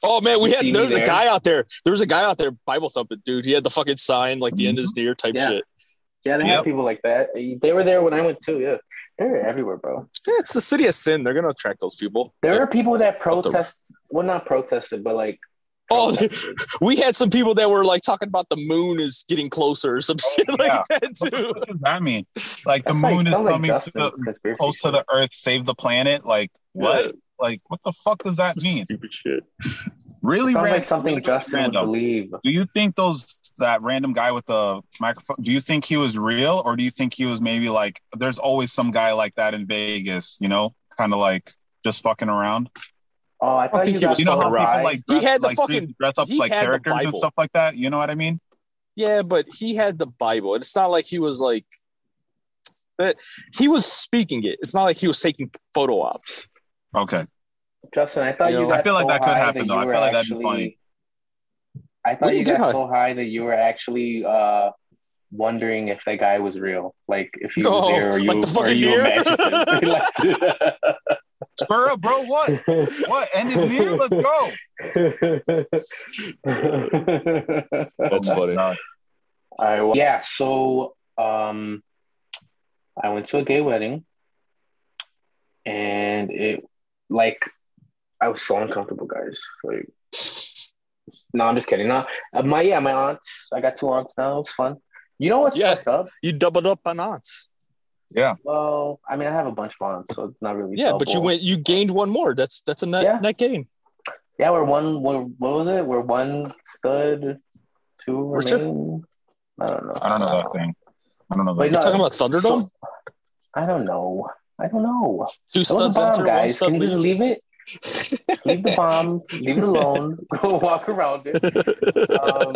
C: oh man, we
A: You
C: had
A: see me
C: there's a
A: there?
C: guy out there. There was a guy out there Bible thumping, dude. He had the fucking sign like the end is near type
A: Mm-hmm. Yeah.
C: shit.
A: Yeah, they have
B: Yep.
A: people like that. They were there when I went too. Yeah, they're everywhere, bro.
C: Yeah, it's the city of sin. They're gonna attract those people.
A: There are people that
C: Up the-
A: protest. Well, not protested, but like.
C: Oh, they-
A: protested.
C: we had some people that were like talking about the moon is getting closer or some shit
B: Oh, yeah.
C: like that
B: What
C: too.
B: the fuck does that mean? Like the
A: That's
B: moon is
A: sounds like
B: coming to
A: Justin's
B: the,
A: conspiracy
B: close to the earth, save the planet. Like what?
C: Yeah.
B: Like what the fuck does that
C: Some
B: mean?
C: Stupid shit.
A: shit.
B: Really
A: Sounds
B: random.
A: like something Justin would
B: random.
A: believe.
B: Do you think those that random guy with the microphone? Do you think he was real, or do you think he was maybe like? There's always some guy like that in Vegas, you know, kind of like just fucking around.
A: Oh, I thought
C: think
A: you
C: he
A: guys
C: was
B: You know how
A: were
B: people
A: right.
B: like
C: He
B: dress,
C: had the
B: like,
C: fucking-
B: dress up
C: he
B: like
C: had the
B: characters and
C: Bible.
B: stuff like that. You know what I mean?
C: Yeah, but he had the Bible. It's not like he was like that. He was speaking it. It's not like he was taking photo ops.
B: Okay,
A: Justin, I thought
C: You
A: you
C: know, I
A: got
B: feel like
A: so
B: that could
A: high that
B: happen, though.
A: you
B: I
A: were
B: feel like that'd be
A: actually.
B: funny.
A: I
C: What
A: thought
C: do
A: you
C: you get high?
A: got so high that you were actually uh, wondering if that guy was real, like if he was
C: Oh,
A: there or you
C: like the
A: or
C: fucking
A: you
C: deer?
A: imagined
B: spur up, bro. What?
A: it.
B: What? End is near. Let's go.
A: That's
C: funny.
A: I wa- yeah, so um, I went to a gay wedding, and it like I was so uncomfortable, guys. Like, no, I'm just kidding. No, uh, my yeah, my aunts. I got two aunts now. It was fun. You know what's
C: Yeah.
A: fucked up?
C: You doubled up on aunts.
B: Yeah,
A: Well, I mean, I have a bunch of aunts, so it's not really.
C: Yeah, but you
A: double.
C: went. You gained one more. That's that's a net
A: Yeah.
C: net gain.
A: Yeah, we're one. We're, what was it? We're one stud, two
C: We're sure-
A: remain. I don't know.
B: I don't know that thing. I don't know
A: Wait,
B: that.
A: no.
C: Talking about Thunderdome.
A: I don't know. I don't know. That
C: Two
A: was
C: studs
A: a bomb,
C: enter, one
A: guys.
C: stud
A: Can you just
C: leaves.
A: leave it? Leave the bomb. leave it alone. Go walk around it. Um,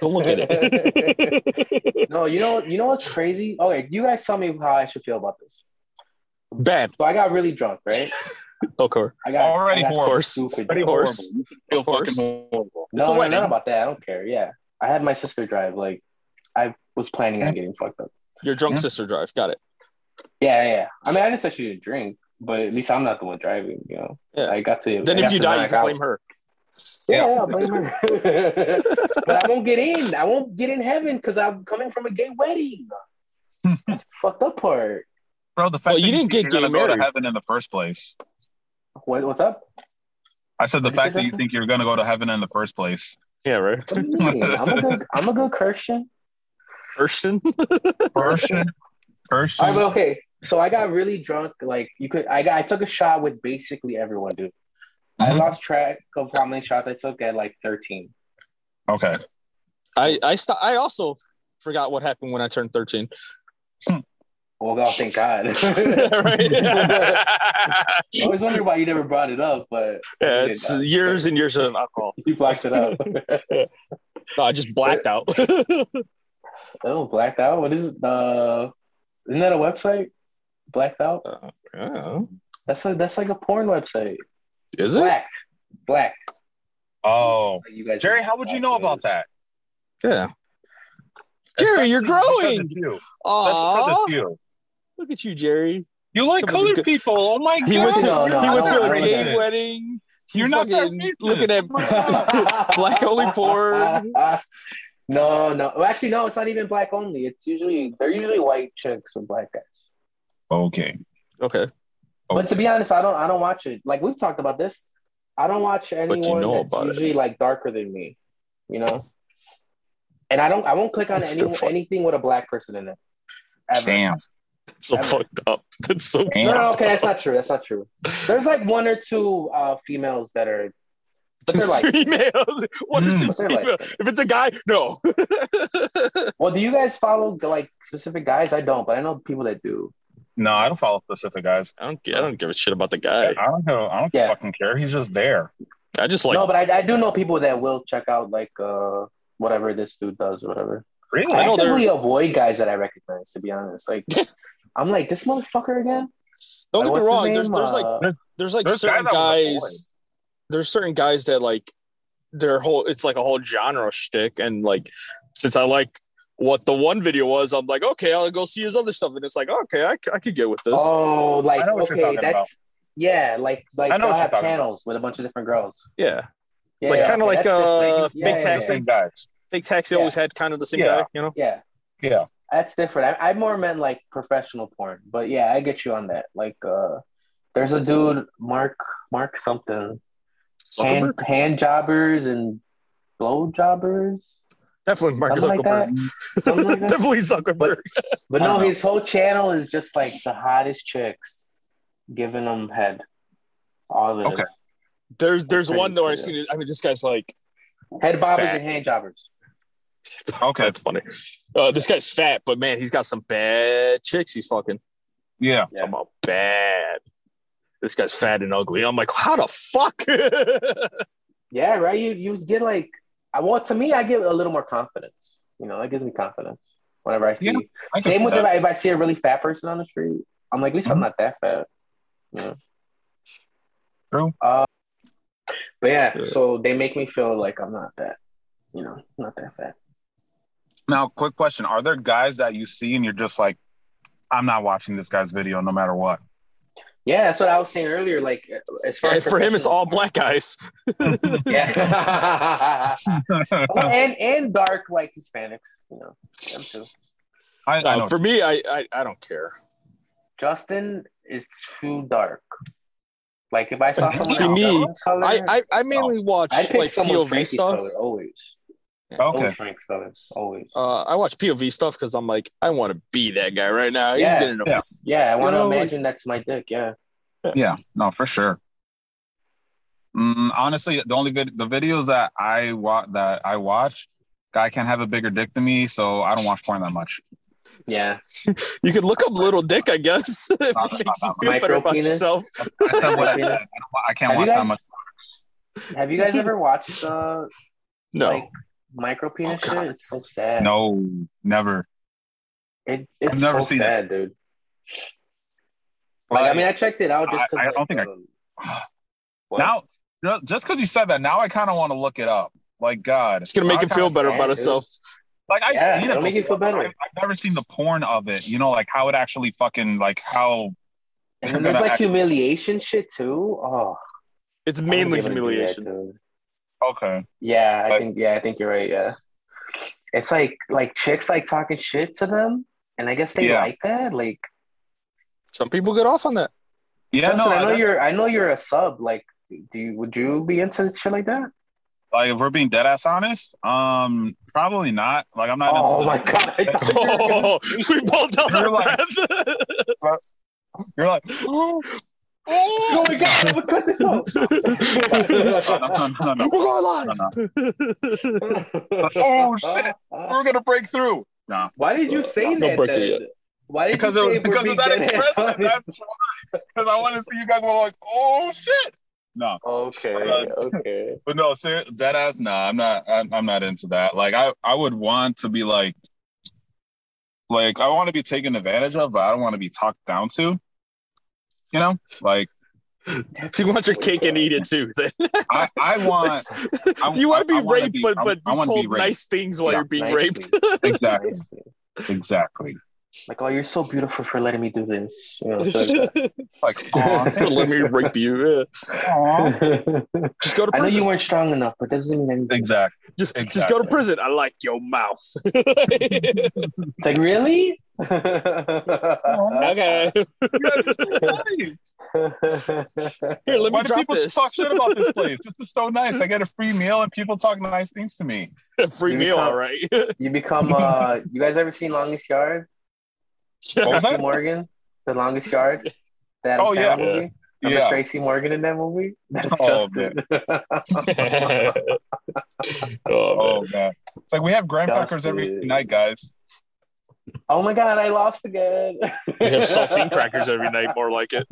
C: Don't look at it.
A: no, you know, you know what's crazy? Okay, you guys tell me how I should feel about this.
C: Bad.
A: So I got really drunk, right?
C: Okay.
A: I got
B: Already
A: I got
B: horrible.
A: Stupid.
B: Pretty horrible.
C: Horse.
B: You feel
C: Of course.
B: fucking horrible.
C: It's a
A: No, no,
C: wedding.
A: not about that. I don't care. Yeah, I had my sister drive. Like, I was planning on getting fucked up.
C: Your drunk
B: Yeah.
C: sister drive. Got it.
A: Yeah, yeah. I mean, I didn't say she didn't drink, but at least I'm not the one driving. You know,
C: Yeah.
A: I got to.
C: Then
A: I
C: if
A: got
C: you
A: to
C: die, you
A: knock
C: can
A: out.
C: blame her.
A: Yeah, yeah, I'll blame her. but I won't get in. I won't get in heaven because I'm coming from a gay wedding. That's the fucked up part.
B: Bro, the fact
C: Well,
B: that
C: you
B: think
C: didn't get
B: you're
C: gay
B: gonna go
C: married.
B: to heaven in the first place.
A: What, what's up?
B: I said the
A: What did you
B: fact that
A: say,
B: you
A: Justin?
B: think you're gonna go to heaven in the first place.
C: Yeah, right.
A: What do you mean? I'm a good. I'm a good Christian.
C: Person.
B: Person, person.
A: All right, but okay. So I got really drunk. Like you could, I got, I took a shot with basically everyone, dude. I
B: Mhm.
A: lost track of how many shots I took at like 13.
B: Okay.
C: I I st- I also forgot what happened when I turned thirteen.
A: Well, God, thank God. I
C: right.
A: always wonder why you never brought it up, but
C: Yeah, it's
A: Yeah.
C: years and years of alcohol.
A: you blacked it up.
C: No, I just blacked out.
A: oh, blacked out. What is it? Uh, isn't that a website? Blacked out.
C: Oh,
A: That's a, that's like a porn website.
C: is it?
A: Black, black.
B: Oh,
A: Like you guys.
B: Jerry, how would you know about that?
C: Yeah. Jerry, you're
B: That's
C: growing.
B: because of you. That's because
C: Aw,
B: of you.
C: look at you, Jerry.
B: You like
C: Come on, you
B: colored
C: go-
B: people. Oh my god.
C: He went to
A: No, no,
C: he
A: I
C: went
A: don't-
C: to
A: I
C: a
A: don't
C: gay
A: get
B: it.
C: wedding. He
B: You're not that
C: fucking
B: racist.
C: looking at Black only porn.
A: No, no. Well, actually, no. It's not even black only. It's usually they're usually white chicks with black guys.
B: Okay.
C: okay.
A: But to be honest, I don't. I don't watch it. Like we've talked about this. I don't watch anyone
C: know
A: that's
C: about it.
A: usually like darker than me. You know. And I don't. I won't click on
C: That's
A: any,
C: so funny.
A: anything with a black person in it. Ever.
B: Damn.
C: That's so
A: Ever.
C: fucked up. That's so
B: Damn.
A: No, no,
C: fucked
A: okay,
C: up.
A: that's not true. That's not true. There's like one or two uh, females that are, but they're like,
C: Three males. What is
B: Mm.
C: it?
A: They're like-
C: female? If it's a guy, no.
A: well, do you guys follow like specific guys? I don't, but I know people that do.
B: No, I don't follow specific guys.
C: I don't. gi- I don't give a shit about the
B: I
C: guy.
B: don't know. I don't
A: Yeah.
B: fucking care. He's just there.
C: I just like.
A: no, but I, I do know people that will check out like uh, whatever this dude does or whatever.
B: Really?
A: I
C: know
A: actively
C: there's-
A: avoid guys that I recognize, to be honest. Like, I'm like this motherfucker again.
C: don't
A: Like,
C: get
A: what's his
C: me wrong. There's,
A: name?
C: there's like
A: Uh,
C: there's like
B: There's
C: certain
B: guys I would
C: guys. There's certain guys that like their whole. It's like a whole genre shtick, and like since I like what the one video was, I'm like, okay, I'll go see his other stuff, and it's like, okay, I, c- I could get with this.
A: oh, like
B: I know what you're
A: okay,
B: talking
A: that's yeah, like like
B: I know
A: they'll
B: what you're
A: have
B: talking about.
A: channels with a bunch of different girls.
C: yeah,
A: Yeah,
C: Like,
A: yeah,
C: kinda
A: okay, that's
C: like,
A: different.
C: uh,
A: Yeah,
C: Big
A: yeah,
B: The
C: Taxi.
A: yeah.
B: same guys.
C: Fake Taxi
A: Yeah.
C: always had kind of the same
B: Yeah.
C: guy, you know.
A: yeah.
B: Yeah.
A: That's different. I, I more meant like professional porn, but yeah, I get you on that. Like, uh, there's a dude, Mark, Mark something, hand,
C: Zuckerberg?
A: hand jobbers and blow jobbers,
C: Definitely Mark
A: something like that.
C: Zuckerberg.
A: Something like that.
C: Definitely Zuckerberg.
A: But
B: I
A: no,
B: don't know.
A: his whole channel is just like the hottest chicks, giving them head. All of it.
B: Okay.
A: is.
C: There's there's
A: Pretty
C: one though I've
A: good.
C: seen it. I mean, this guy's like
A: Head bobbers
C: Fat.
A: and hand jobbers.
B: Okay.
C: that's funny. Uh, this guy's fat, but man, he's got some bad chicks. He's fucking
B: Yeah.
A: Yeah.
C: talking about bad. This guy's fat and ugly. I'm like, how the fuck?
A: Yeah, right. You you get like, I want to me, I get a little more confidence. You know, that gives me confidence whenever I see.
B: Yeah. I can
A: Same
B: see
A: with if
B: that.
A: I, if I see a really fat person on the street, I'm like, at least I'm
B: Mm-hmm.
A: not that fat. Yeah.
B: True.
A: Uh, but yeah,
C: Yeah.
A: so they make me feel like I'm not that, you know, not that fat.
B: Now, quick question: Are there guys that you see and you're just like, I'm not watching this guy's video no matter what?
A: Yeah, that's what I was saying earlier. Like, as far
C: And
A: as
C: for him, it's
A: professional-
C: all black guys.
A: Yeah. Well, and and dark like Hispanics, you know, them too.
B: I, I
C: Uh,
B: know.
C: for me, I, I I don't care.
A: Justin is too dark. Like if I saw someone
C: See,
A: else
C: me,
A: someone's color,
C: I I, I mainly watch
A: I'd pick
C: like
A: someone
C: POV
A: Frankie's
C: stuff.
A: color always.
B: okay.
A: Always Frank's colors, always.
C: Uh, I watch POV stuff because I'm like, I want to be that guy right now. He's
A: Yeah.
C: getting a
B: Yeah.
A: Yeah, I want to
C: know, like-
A: imagine that's my dick. Yeah.
B: Yeah. No, for sure. Mm, honestly, the only vid- the videos that I watch that I watch, guy can't have a bigger dick than me, so I don't watch porn that much.
A: Yeah.
C: You could look up little dick, I guess. if it
B: Stop it,
C: makes you
B: stop it.
C: feel better about
A: Micropenis?
C: yourself.
B: I said what I said. I, don't, I
A: Have
B: can't
A: you
B: watch that
A: guys-
B: much.
A: Have you guys ever watched uh
C: No.
A: like micro penis
C: Oh, God.
A: shit? It's so sad.
B: No, never.
A: It, it's
B: I've never
A: so
B: seen it.
A: sad, dude. Like I mean I checked it out just um,
B: I-
A: because
B: I don't think I- now, ju- just because you said that, now I kind of want to look it up. Like God,
C: it's gonna make
B: Now
C: him
B: I
C: feel
B: kinda-
C: better about
A: sad, dude.
C: himself.
B: Like I've
A: Yeah,
B: seen it.
A: it'll make you feel
B: before, but
A: better.
B: I've, I've never seen the porn of it. You know, like how it actually fucking like how.
A: and then there's
B: gonna
A: like
B: act-
A: humiliation shit too. Oh
C: It's
A: I
C: mainly
A: wouldn't be able to do that,
C: humiliation.
A: dude.
B: Okay,
A: Yeah, I
B: Like-
A: think yeah, I think you're right. Yeah, it's like like chicks like talking shit to them, and I guess they
B: Yeah.
A: like that. Like,
C: Some people get off on that.
B: yeah,
A: Justin,
B: no,
A: I know
B: I-
A: you're I know you're a sub. Like, do you would you be into shit like that?
B: like if we're being dead ass honest, um, probably not. Like I'm not.
A: Oh
B: into-
A: my god! I thought you were gonna
C: Oh,
A: say-
C: we both held
B: You're
C: our
B: like-
C: breath.
B: You're like,
A: Oh my god! I'm gonna cut this off.
B: no, no, no, no, no.
C: We're going live.
B: Oh, shit. We're gonna break through. Nah,
A: Why did you say
C: Don't
A: that?
C: break it
A: then?
C: yet.
A: Why did
B: because
A: you say
B: it, because
A: we're
B: of that
A: being dead ass
B: expression.
A: honest?
B: That's why. Because I want to see you guys were like, oh shit. No,
A: Okay, okay.
B: but no, ser- dead ass. Nah, I'm not. I'm, I'm not into that. Like, I I would want to be like, like I want to be taken advantage of, but I don't want to be talked down to. You know, like
C: So you want your cake and eat it too.
B: I I want I-
C: you want to
B: I
C: be
B: wanna
C: raped,
B: be-
C: but
B: I-
C: but
B: I
C: be
B: wanna be
C: told
B: raped.
C: nice things while
B: Yeah.
C: you're being
A: Nicely.
C: raped.
B: exactly
A: Nicely.
B: exactly
A: Like, oh, you're so beautiful for letting me do this. You know, shit like
B: like aw,
C: For let me rape you. yeah.
B: aw.
A: that.
C: Just go to
A: I know
C: prison.
A: you weren't strong enough, but that doesn't mean anything.
B: exactly.
C: just, just go to
B: Exactly.
C: prison. I like your mouth.
A: It's like, really?
C: okay.
B: You guys are so nice.
C: Here, let me
B: Why do
C: drop
B: people
C: this.
B: talk shit about this place? This is so nice. I get a free meal and people talk nice things to me.
C: Free
A: You
C: meal,
A: become-
C: all right.
A: you become. Uh, you guys ever seen Longest Yard?
B: What was
A: Tracy
B: that?
A: Morgan, The Longest Yard. That
B: Oh, yeah.
A: that movie. Remember
B: Yeah.
A: Tracy Morgan in that movie? That's
B: Oh,
A: Justin.
C: oh,
B: Oh man. It's like we have grandpackers every
A: Dusty.
B: night, guys.
A: oh my god, I lost again.
C: man. We have saltine crackers every night, more like it.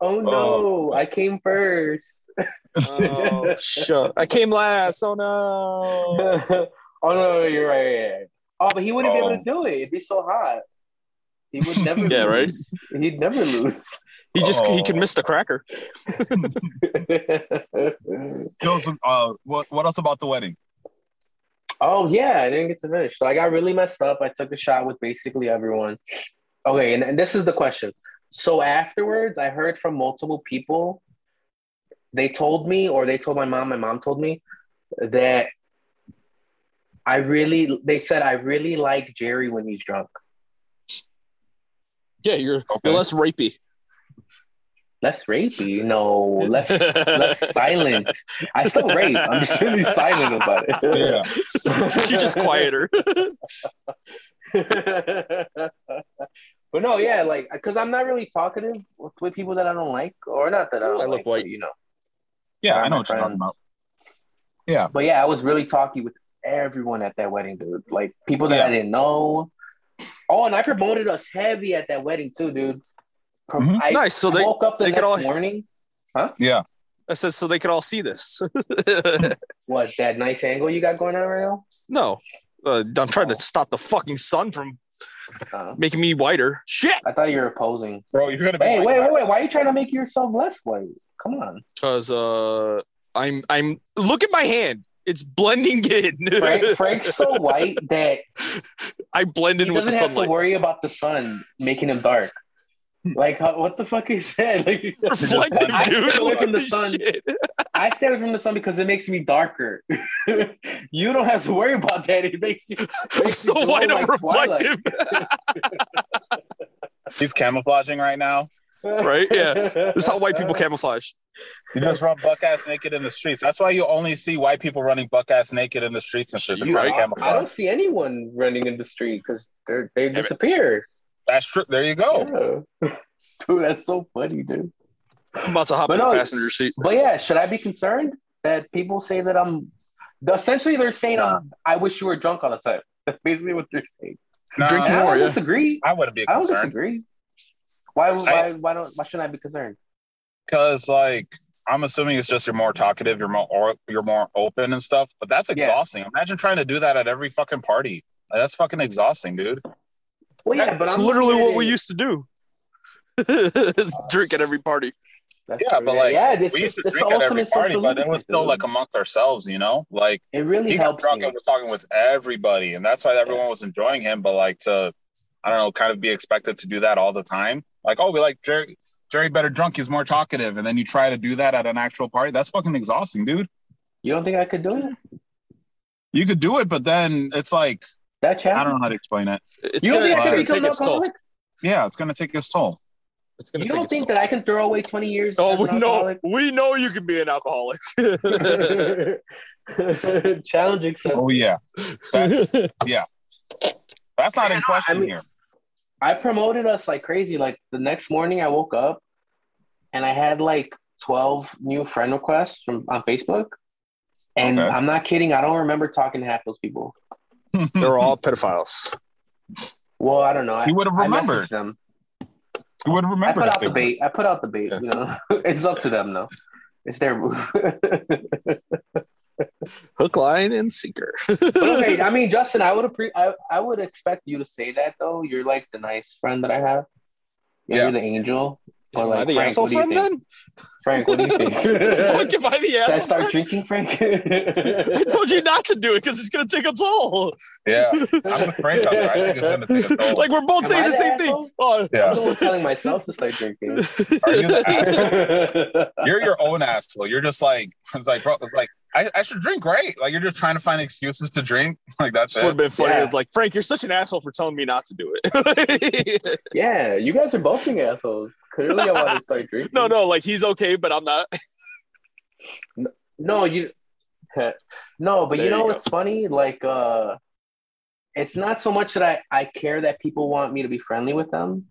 A: oh no, I came first.
C: Oh, shut. I came last. Oh, no.
A: oh no, you're right, you're right. Oh, but he wouldn't be able to do it. It'd be so hot. He would never.
C: Yeah, right?
A: lose. He'd never lose.
C: He just he
B: Oh.
C: can miss the cracker.
B: Joseph, uh, what what else about the wedding?
A: oh yeah, I didn't get to finish. So I got really messed up. I took a shot with basically everyone. Okay, and, and this is the question. So afterwards, I heard from multiple people. They told me, or they told my mom. My mom told me that I really. They said I really like Jerry when he's drunk.
C: Yeah, you're,
B: Okay.
C: you're less rapey.
A: Less rapey. No, less less silent. I still rape. I'm just really silent about it.
C: She's just quieter.
A: but no, yeah, like because I'm not really talkative with, with people that I don't like, or not that I don't
C: I look
A: like,
C: white.
A: but, you know.
B: Yeah,
A: Sorry,
B: I know
A: my
B: what you're talking
A: friends.
B: about.
A: But yeah, I was really talky with everyone at that wedding, dude. Like people that
B: Yeah.
A: I didn't know. Oh, and I promoted us heavy at that wedding too, dude. Prom-
B: Mhm.
A: I
C: Mm-hmm. nice. So they,
A: woke up the
C: they could
A: next
C: all-
A: morning.
B: Yeah.
C: I said, so they could all see this.
A: What that nice angle you got going on right now?
C: no. Uh, I'm trying
A: Oh.
C: to stop the fucking sun from
A: Uh,
C: making me whiter. Shit.
A: I thought you were opposing.
B: Bro, you're gonna be
A: Hey,
B: like
A: wait,
B: that.
A: wait, wait! Why are you trying to make yourself less white? Come on,
C: Cause uh, I'm I'm look at my hand. It's blending in.
A: Frank, Frank's so white that
C: I blend
A: he
C: in with the
A: doesn't have to
C: sunlight.
A: worry about the sun making him dark. Like, how, what the fuck is that? Like,
C: Reflective,
A: I
C: dude.
A: still
C: Look
A: look in
C: at
A: the
C: this
A: sun.
C: shit.
A: I stand from the sun because it makes me darker. you don't have to worry about that. It makes you.
C: I'm
A: makes you
C: so
A: glow
C: white. I'm
A: like Twilight.
C: reflective,
B: He's camouflaging right now.
C: right? Yeah. That's how white people camouflage.
B: You just run buck ass naked in the streets. That's why you only see white people running buck ass naked in the streets and shit. They're
C: You
B: trying to
C: right.
A: I
B: camouflage.
A: don't see anyone running in the street because they they disappear.
B: That's true. There you go.
C: Oh.
A: Yeah. Dude, that's so funny, dude.
C: I'm about to hop
A: But
C: in the
A: no,
C: passenger seat.
A: But yeah, should I be concerned that people say that I'm Essentially, they're saying, um, "I wish you were drunk all the time." That's basically what they're saying.
B: Nah,
A: And I
C: more,
A: don't
C: yeah.
A: disagree.
B: I wouldn't be
A: I don't
B: concerned
A: disagree. Why?
B: I-
A: Why? Why don't? Why shouldn't I be concerned?
B: because, like, I'm assuming it's just you're more talkative, you're more or, you're more open and stuff. But that's
A: Yeah.
B: exhausting. Imagine trying to do that at every fucking party. Like, that's fucking exhausting, dude.
A: Well, yeah, but
C: That's
A: I'm
C: literally
A: looking at
C: what we
A: it-
C: used to do. Drink at every party.
A: That's
B: Yeah,
A: true.
B: but, like,
A: yeah, this,
B: We used to
A: this
B: drink
A: the
B: at every
A: ultimate
B: party,
A: social
B: but it was
A: lubricant,
B: still
A: dude.
B: like amongst ourselves, you know. Like
A: it really
B: he got
A: helps.
B: drunk
A: you.
B: and was talking with everybody, and that's why everyone was enjoying him. But like to, I don't know, kind of be expected to do that all the time. Like, oh, we like Jerry. Jerry better drunk. He's more talkative, and then you try to do that at an actual party. That's fucking exhausting, dude.
A: You don't think I could do it?
B: You could do it, but then it's like
A: That chat?
B: I don't know how to explain it.
C: It's
A: You don't
C: gonna,
A: think
B: it's
A: I could
B: gonna
A: become
C: take
A: an
C: its toll.
A: alcoholic?
B: Yeah, it's gonna take its toll.
C: It's gonna
A: You
C: take
A: don't
C: its
A: think
C: toll.
A: that I can throw away twenty years?
C: Oh,
A: as an
C: we know.
A: alcoholic?
C: We know you can be an alcoholic.
A: Challenge accepted.
B: Oh yeah, that's not
A: Yeah,
B: in
A: no,
B: question
A: I mean-
B: here.
A: I promoted us like crazy. Like the next morning, I woke up and I had like twelve new friend requests from on Facebook. And
B: Okay.
A: I'm not kidding. I don't remember talking to half those people.
C: They're all pedophiles.
A: Well, I don't know. I,
B: you would have
A: I messaged
B: remembered.
A: them.
B: You would have
A: I
B: remembered.
A: put
B: if
A: out
B: they
A: the
B: were.
A: bait. I put out the bait. You know, it's up to them though. It's their move. But,
C: Hook, line, and sinker.
A: okay, I mean, Justin, I would appre- I, I would expect you to say that though. You're like the nice friend that I have. Yeah,
B: Yeah.
A: You're the angel. Or
C: Am I
A: like
C: the
A: Frank,
C: asshole
A: what do you
C: friend
A: think?
C: then?
A: Frank, what do you think?
C: Fuck, am I the
A: Should I
C: asshole
A: start
C: friend?
A: drinking, Frank?
C: I told you not to do it because it's gonna take a toll.
B: Yeah, I'm with Frank on that. I think it's gonna take a toll.
C: Like we're both
A: Am
C: saying
A: I
C: the
A: the
C: same
A: asshole?
C: thing. Oh,
B: yeah,
A: I'm always telling myself to start drinking.
B: Are you the asshole?
A: yeah,
B: you're your own asshole. You're just like it's like bro, it's like I, I should drink, right? Like you're just trying to find excuses to drink. Like that's
C: This would have
B: it.
C: been funny.
A: Yeah.
C: It's like Frank, you're such an asshole for telling me not to do it.
A: you guys are both being assholes. Clearly, I want to start drinking.
C: no, no, like he's okay, but I'm not.
A: no, you. No, but
C: There
A: you know
C: you go.
A: what's funny? Like, uh, it's not so much that I I care that people want me to be friendly with them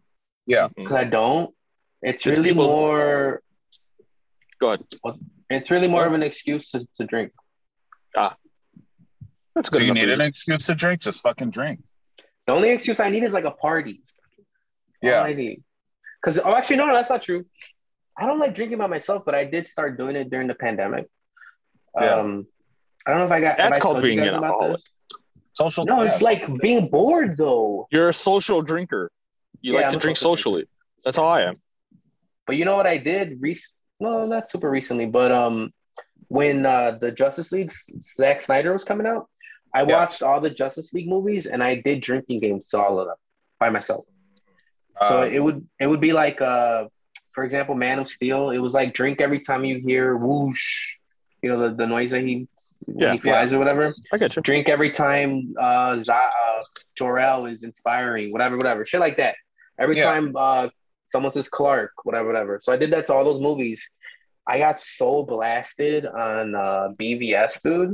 A: because I don't. It's
C: Just
A: really
C: people-
A: more.
C: Go ahead.
A: It's really more of an excuse to, to drink.
C: That's a good.
B: Do you
C: enough
B: need an
C: reason.
B: excuse to drink? Just fucking drink.
A: Oh, The only excuse I need is like a party. all
B: Yeah.
A: I need. Because oh, actually, no, no, that's not true. I don't like drinking by myself, but I did start doing it during the pandemic.
B: Yeah.
A: Um, I don't know if I got.
C: That's
A: have I
C: called
A: told you
C: being
A: guys
C: an
A: about
C: alcoholic.
A: this?
B: Social.
A: No, it's
B: yeah.
A: like being bored though.
C: You're a social drinker. You
A: Yeah,
C: like
A: I'm
C: to
A: a
C: drink
A: social
C: socially. That's how I am.
A: But you know what I did? Rec- well, not super recently, but um, when uh, the Justice League S- Zack Snyder was coming out, I
B: Yeah.
A: watched all the Justice League movies and I did drinking games to all of them by myself.
B: Uh,
A: so
C: Um,
A: it would it would be like uh for example man of steel it was like drink every time you hear whoosh you know the, the noise that he when
C: Yeah,
A: he flies or whatever
C: I get you.
A: drink every time uh, Z- uh Jor-El is inspiring whatever whatever shit like that every
B: Yeah.
A: time uh someone says Clark whatever whatever so I did that to all those movies I got so blasted on uh BVS dude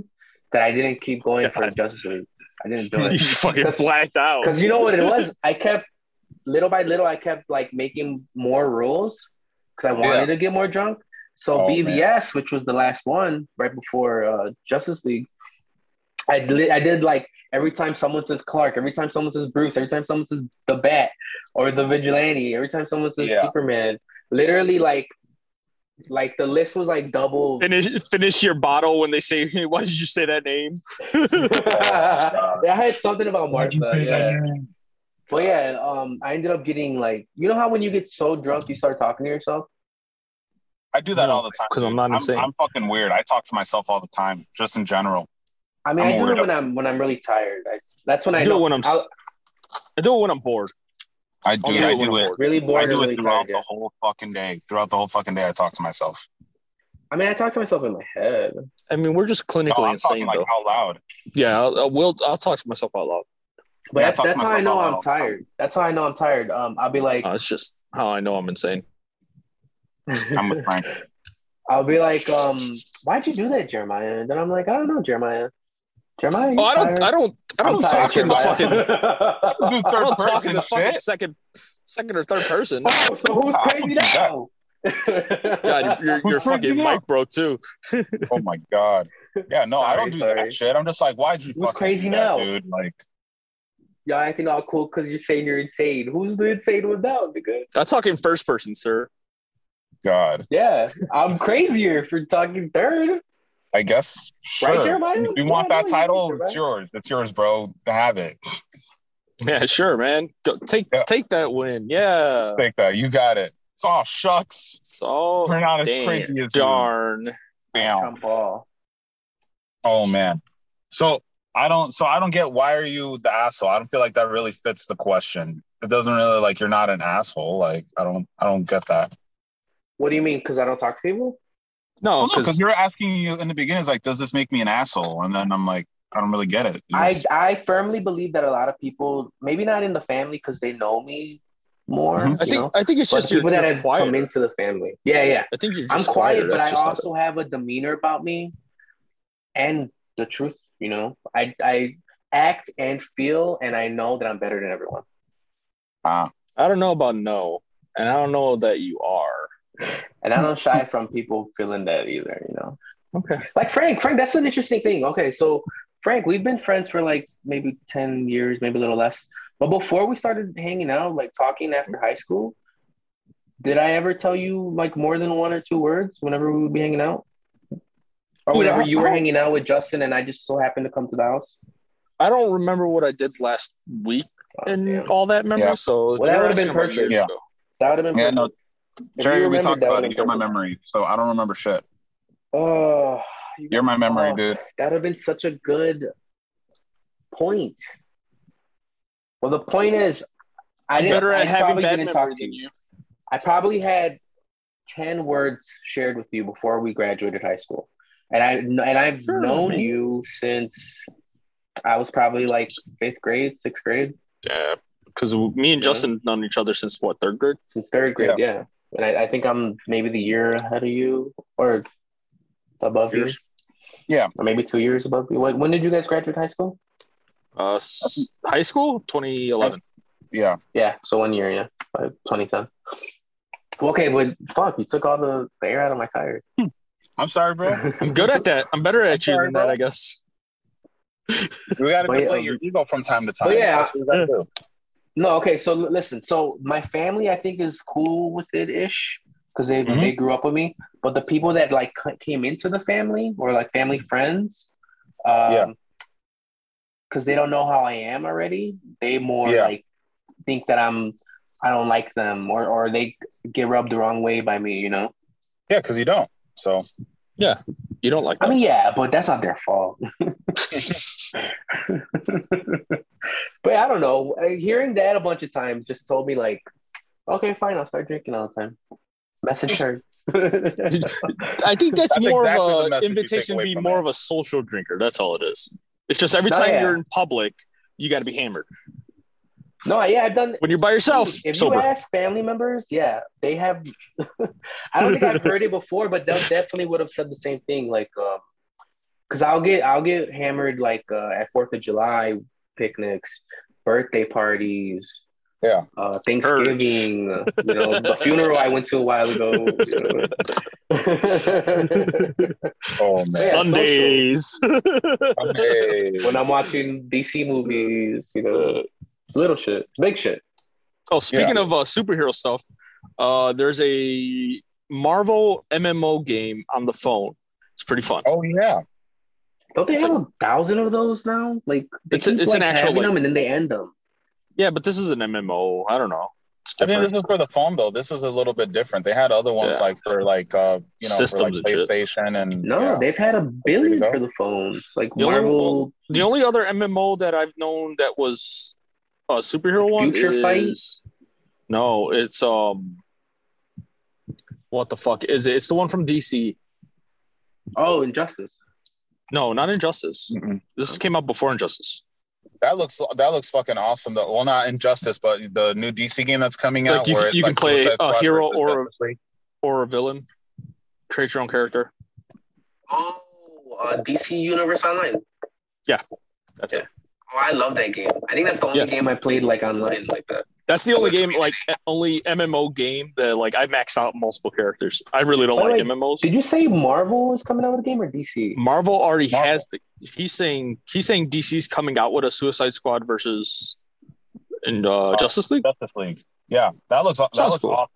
A: that I didn't keep going for
C: God.
A: Justice League I didn't do it
C: You fucking
A: Because-
C: blacked
B: Oh.
C: out.
A: because you know what it was? I kept little by little, I kept like making more rules because I wanted
B: Yeah.
A: to get more drunk. So
B: Oh, man.
A: BVS, which was the last one right before uh, Justice League, I did, I did like every time someone says Clark, every time someone says Bruce, every time someone says the Bat or the Vigilante, every time someone says
B: Yeah.
A: Superman, literally like like the list was like double.
C: Finish, finish your bottle when they say, hey, "Why did you say that name?"
A: I had something about
B: Why'd
A: Martha.
B: you say
A: yeah.
B: that, man?
A: But yeah, um, I ended up getting like, you know how when you get so drunk, you start talking to yourself.
B: I do that
C: No,
B: all the time
C: 'cause I'm
B: dude.
C: not insane.
B: I'm, fucking weird. I talk to myself all the time, just in general.
A: I mean,
B: I'm
A: i
B: a
A: do it
B: weirdo.
A: when I'm when I'm really tired. I, that's when I,
C: I do
A: know
C: it when I'm.
A: I'll-
C: s- I do it when I'm bored.
B: I do.
A: Okay,
B: I
C: when I'm
B: do it.
C: bored.
A: really
B: I
A: bored and
B: do
A: really
B: it throughout
A: tired. yeah.
B: the whole fucking day. Throughout the whole fucking day, I talk to myself.
A: I mean, I talk to myself in my head.
C: I mean, we're just
B: No,
C: clinically
B: I'm talking
C: insane,
B: like
C: though.
B: out loud.
C: Yeah, I'll, I'll, we'll, I'll talk to myself out loud.
A: But
B: Yeah, I
A: that's,
B: talk to
A: that's how I
B: myself
A: know
B: out
A: I'm
B: loud.
A: tired. That's how I know I'm tired. Um, I'll be like,
C: Uh, it's just how I know I'm insane.
B: I'm with Frank.
A: I'll be like, um, why'd you do that, Jeremiah? And then I'm like, I don't know, Jeremiah. Jeremiah, you
C: Oh, I don't, I don't, I
A: I'm
C: don't
A: tired,
C: talk in the
A: Jeremiah.
C: fucking,
B: Dude,
C: I
B: third
C: don't talk in the
B: person,
C: fucking
B: shit.
C: second, second or third person.
A: oh, so who's crazy now?
C: God, your, your
B: Who's freaking
C: fucking
B: out?
C: mic broke too.
B: Oh my god. Yeah, no, I
A: Sorry,
B: don't do
A: sorry.
B: that shit. I'm just like, why'd you
A: What's
B: fucking
A: crazy
B: do
A: now?
B: that, dude? Like,
A: Y'all acting all cool because you're saying you're insane. Who's the insane one now, nigga?
C: I'm talking first person, sir.
B: God,
A: Yeah, I'm crazier for talking third.
B: I guess. Sure.
A: Right, Jeremiah?
B: If
A: Yeah,
B: you want
A: no,
B: that
A: you-
B: title?
A: you're
B: It's
A: right.
B: yours. It's yours, bro. Have it.
C: Yeah, sure, man. Go, take
B: Yeah.
C: take that win. Yeah.
B: Take that. You got it. It's all shucks.
C: So
A: Oh,
B: We're not as
C: damn,
B: crazy as you.
C: darn.
B: Damn.
A: Trump all.
B: Oh man. So I don't. So I don't get why are you the asshole? I don't feel like that really fits the question. It doesn't really like you're not an asshole. Like I don't. I don't get that.
A: What do you mean? Because I don't talk to people?
C: No,
B: Well, no, because
C: because
B: you're asking you in the beginning, it's like, does this make me an asshole? And then I'm like, I don't really get it.
A: I I firmly believe that a lot of people, maybe not in the family, because they know me more.
B: Mhm.
C: Mm-hmm. I
A: you
C: think
A: know?
C: I think it's
A: but
C: just
A: the
C: you're,
A: people that
C: you're
A: have come
C: quiet.
A: into the family. Yeah, yeah.
C: I think you're
A: I'm
C: just
A: quiet, but
C: That's
A: I
C: just
A: also have a demeanor about me and the truth, you know. I I act and feel and I know that I'm better than everyone.
B: Ah,
C: I don't know about no, and I don't know that you are.
A: And I don't shy from people feeling that either, you know.
C: Okay.
A: Like Frank, Frank, that's an interesting thing. Okay, so Frank, we've been friends for like maybe 10 years, maybe a little less. But before we started hanging out, like talking after high school, did I ever tell you like more than one or two words whenever we would be hanging out? Or whenever you were hanging out with Justin and I just so happened to come to the house?
C: I don't remember what I did last week
A: Oh,
C: and
A: damn.
C: all that. Remember,
B: Yeah.
C: so
A: Well, that
C: you're
A: would've been
C: asking about
A: perfect.
C: years
B: Yeah.
C: ago.
A: That would have been
B: Yeah,
A: perfect.
B: no,
A: If you
B: Jerry, we
A: remembered,
B: talked
A: that
B: about
A: would've
B: it. You're my
A: been
B: memory, so I don't remember shit.
A: perfect. Oh, you
B: You're my
A: guys-
B: memory,
A: oh,
B: dude.
A: That would have been such a good point. Well, the point is, I
C: I'm
A: didn't,
C: better
A: I
C: at having
A: probably
C: bad
A: didn't talk
C: memory
A: to
C: than
A: you.
C: you.
A: I probably had 10 words shared with you before we graduated high school. And I and I've
C: Sure,
A: known
C: man.
A: you since I was probably like 5th grade, 6th grade,
C: Yeah, because me and
A: Yeah.
C: Justin have known each other since what third grade.
A: since 3rd grade, yeah. And I, I think I'm maybe the year ahead of you or above you,
C: Years.
A: or maybe 2 years above you. When, when did you guys graduate high school?
C: Uh, s- high school, 2011.
B: Yeah,
A: Yeah, so one year, yeah, by 2010. Well, Okay, but fuck, you took all the, the air out of my tires.
B: I'm sorry, bro.
C: I'm good at that. I'm better at you
B: sorry,
C: than that,
B: bro.
C: I guess.
B: We got to
A: Wait,
B: play
A: um,
B: your ego from time to time.
A: but yeah,
B: That's what we gotta do.
A: No, okay. So l- listen. So my family, I think, is cool with it ish because they
B: Mhm.
A: they grew up with me. But the people that like c- came into the family or like family friends, um,
B: Yeah.
A: because they don't know how I am already. They more
B: Yeah.
A: like think that I'm I don't like them or or they get rubbed the wrong way by me. You know.
B: Yeah, because you don't. So
C: You don't like
A: I
C: that.
A: mean, yeah, but that's not their fault. But I don't know. Uh, Hearing that a bunch of times just told me like, okay, fine, I'll start drinking all the time. Message her.
C: I think that's,
B: That's
C: more
B: exactly the
C: of an
B: message you take
C: invitation to
B: away
C: be
B: from
C: more
B: that.
C: of a social drinker. That's all it is. It's just every
A: No,
C: time
A: Oh, yeah.
C: you're in public, you got to be hammered.
A: no, yeah, I've done
C: When you're by yourself,
A: If you
C: sober.
A: ask family members, yeah, they have. I don't think I've heard it before, but they definitely would have said the same thing. Like, because I'll get I'll get hammered like uh, at Fourth of July picnics, birthday parties,
B: Yeah.
A: uh, Thanksgiving, uh, you know, the funeral I went to a while ago. you know.
B: oh
A: Yeah,
B: man,
C: Sundays.
B: Hey.
A: when I'm watching DC movies, you know, little shit, big shit.
C: oh, speaking of uh, superhero stuff, uh, there's a Marvel MMO game on the phone. It's pretty fun.
B: oh yeah,
A: Don't they
C: It's
A: have a thousand of those now? Like they
C: It's a-
A: keep,
C: it's an
A: like,
C: actual,
A: having
C: like-
A: them and then they end them.
C: Yeah, but this is an MMO. I don't know. It's
B: I mean
C: different.
B: this is for the phone though. This is a little bit different. They had other ones
C: Yeah.
B: like for like uh you know
C: Systems and
B: for
C: shit.
B: like PlayStation and
A: No,
B: yeah.
A: they've had a billion
B: There you go.
A: for the phones. Like
C: The only
A: Marvel,
C: the only other MMO that I've known that was a superhero one
A: Future Fight?
C: is no, it's um, what the fuck is it? It's the one from DC.
A: oh, Injustice.
C: No, not Injustice.
B: Mm-mm.
C: This came out before Injustice.
B: That looks that looks fucking awesome though. Well, not Injustice, but the new DC game that's coming out.
C: Like, you
B: where
C: can-
B: it's
C: you can play
B: Suicide
C: a
B: Squad
C: hero
B: versus
C: or a-
B: Justice League.
C: Or a villain, create your own character.
A: Oh, uh, DC Universe Online.
C: That's it.
A: Oh, I love that game. I think that's the only
C: Yeah.
A: game I played like online like that.
C: That's the only game, like only MMO game that like I maxed out multiple characters. I really don't
A: By the
C: like
A: way,
C: MMOs.
A: Did you say Marvel is coming out with a game or DC?
C: Marvel already
B: Marvel.
C: has the. He's saying he's saying DC's coming out with a Suicide Squad versus and uh, Justice League.
B: Justice League. Yeah, that looks that
C: Sounds
B: looks
C: cool.
B: awesome.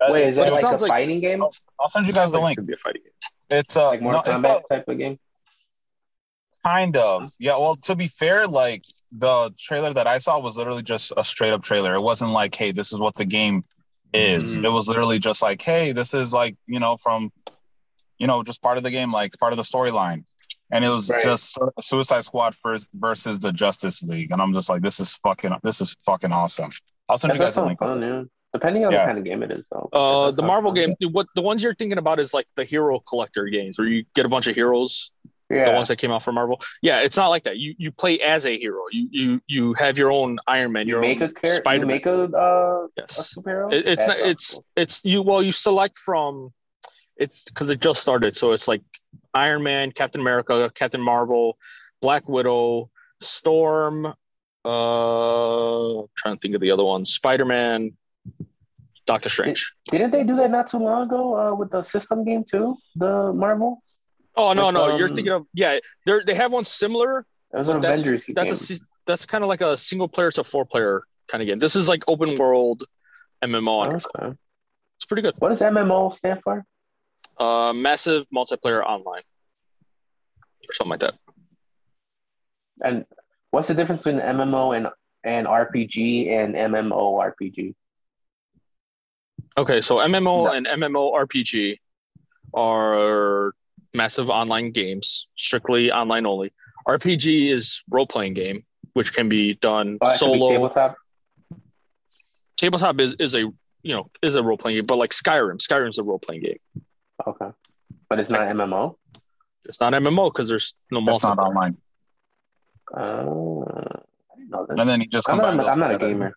B: That-
A: Wait, is
C: But
A: that
C: it
A: like a
C: sounds like-
A: fighting game?
B: I'll send you guys the link.
C: Sounds like It's gonna be a fighting game.
B: It's uh,
A: Like
B: no,
A: Mortal
B: it's
A: Kombat
B: not-
A: type of game?
B: kind of. Yeah. Well, to be fair, like the trailer that I saw was literally just a straight up trailer. It wasn't like, hey, this is what the game is.
A: Mhm.
B: It was literally just like, hey, this is like you know from, you know, just part of the game, like part of the storyline. And it was
A: Right.
B: just Su- Suicide Squad first versus the Justice League, and I'm just like, this is fucking, this is fucking awesome. I'll send
A: That
B: you
A: does
B: guys the
A: sound
B: link.
A: fun, yeah. Depending on
B: Yeah.
A: the kind of game it is, though. That
C: Uh,
A: does
C: the
A: sound
C: Marvel
A: fun.
C: game. What the ones you're thinking about is like the hero collector games, where you get a bunch of heroes
A: Yeah.
C: the ones that came out from Marvel. Yeah, it's not like that. You you play as a hero. You you you have your own Iron Man,
A: you
C: your
A: make
C: own
A: a character. You
C: Spider-Man.
A: make a, uh, a
C: yes,
A: superhero.
C: It- it's
A: That
C: not,
A: sounds
C: it's
A: cool.
C: it's you. Well, you select from it's because it just started, so it's like Iron Man, Captain America, Captain Marvel, Black Widow, Storm. Uh, I'm trying to think of the other one. Spider Man, Doctor Strange.
A: Didn't they do that not too long ago uh, with the system game too? The Marvel.
C: Oh no,
A: With,
C: no, you're
A: um,
C: thinking of yeah. They they have one similar,
A: It was an
C: That's-
A: Avengers game.
C: that's a se- that's kind of like a single player to four player kind of game. This is like open world MMO.
A: Oh,
C: On your phone.
A: Okay.
C: It's pretty good.
A: What does MMO stand for?
C: Uh, massive multiplayer online or something like that.
A: And what's the difference between MMO and and RPG and MMORPG?
C: Okay, so MMO and MMORPG are massive online games, strictly online only. RPG is role playing game, which can be done
A: Oh, that could be
C: solo.
A: tabletop.
C: Tabletop is is a you know is a role playing game, but like Skyrim, Skyrim's a role playing game.
A: Okay, but it's not MMO.
C: It's not MMO because there's no
B: That's not
C: multiplayer.
B: online.
A: Oh, I didn't know that.
B: And then you just
A: I'm
B: combine
A: not,
B: those
A: I'm not a
B: together.
A: gamer.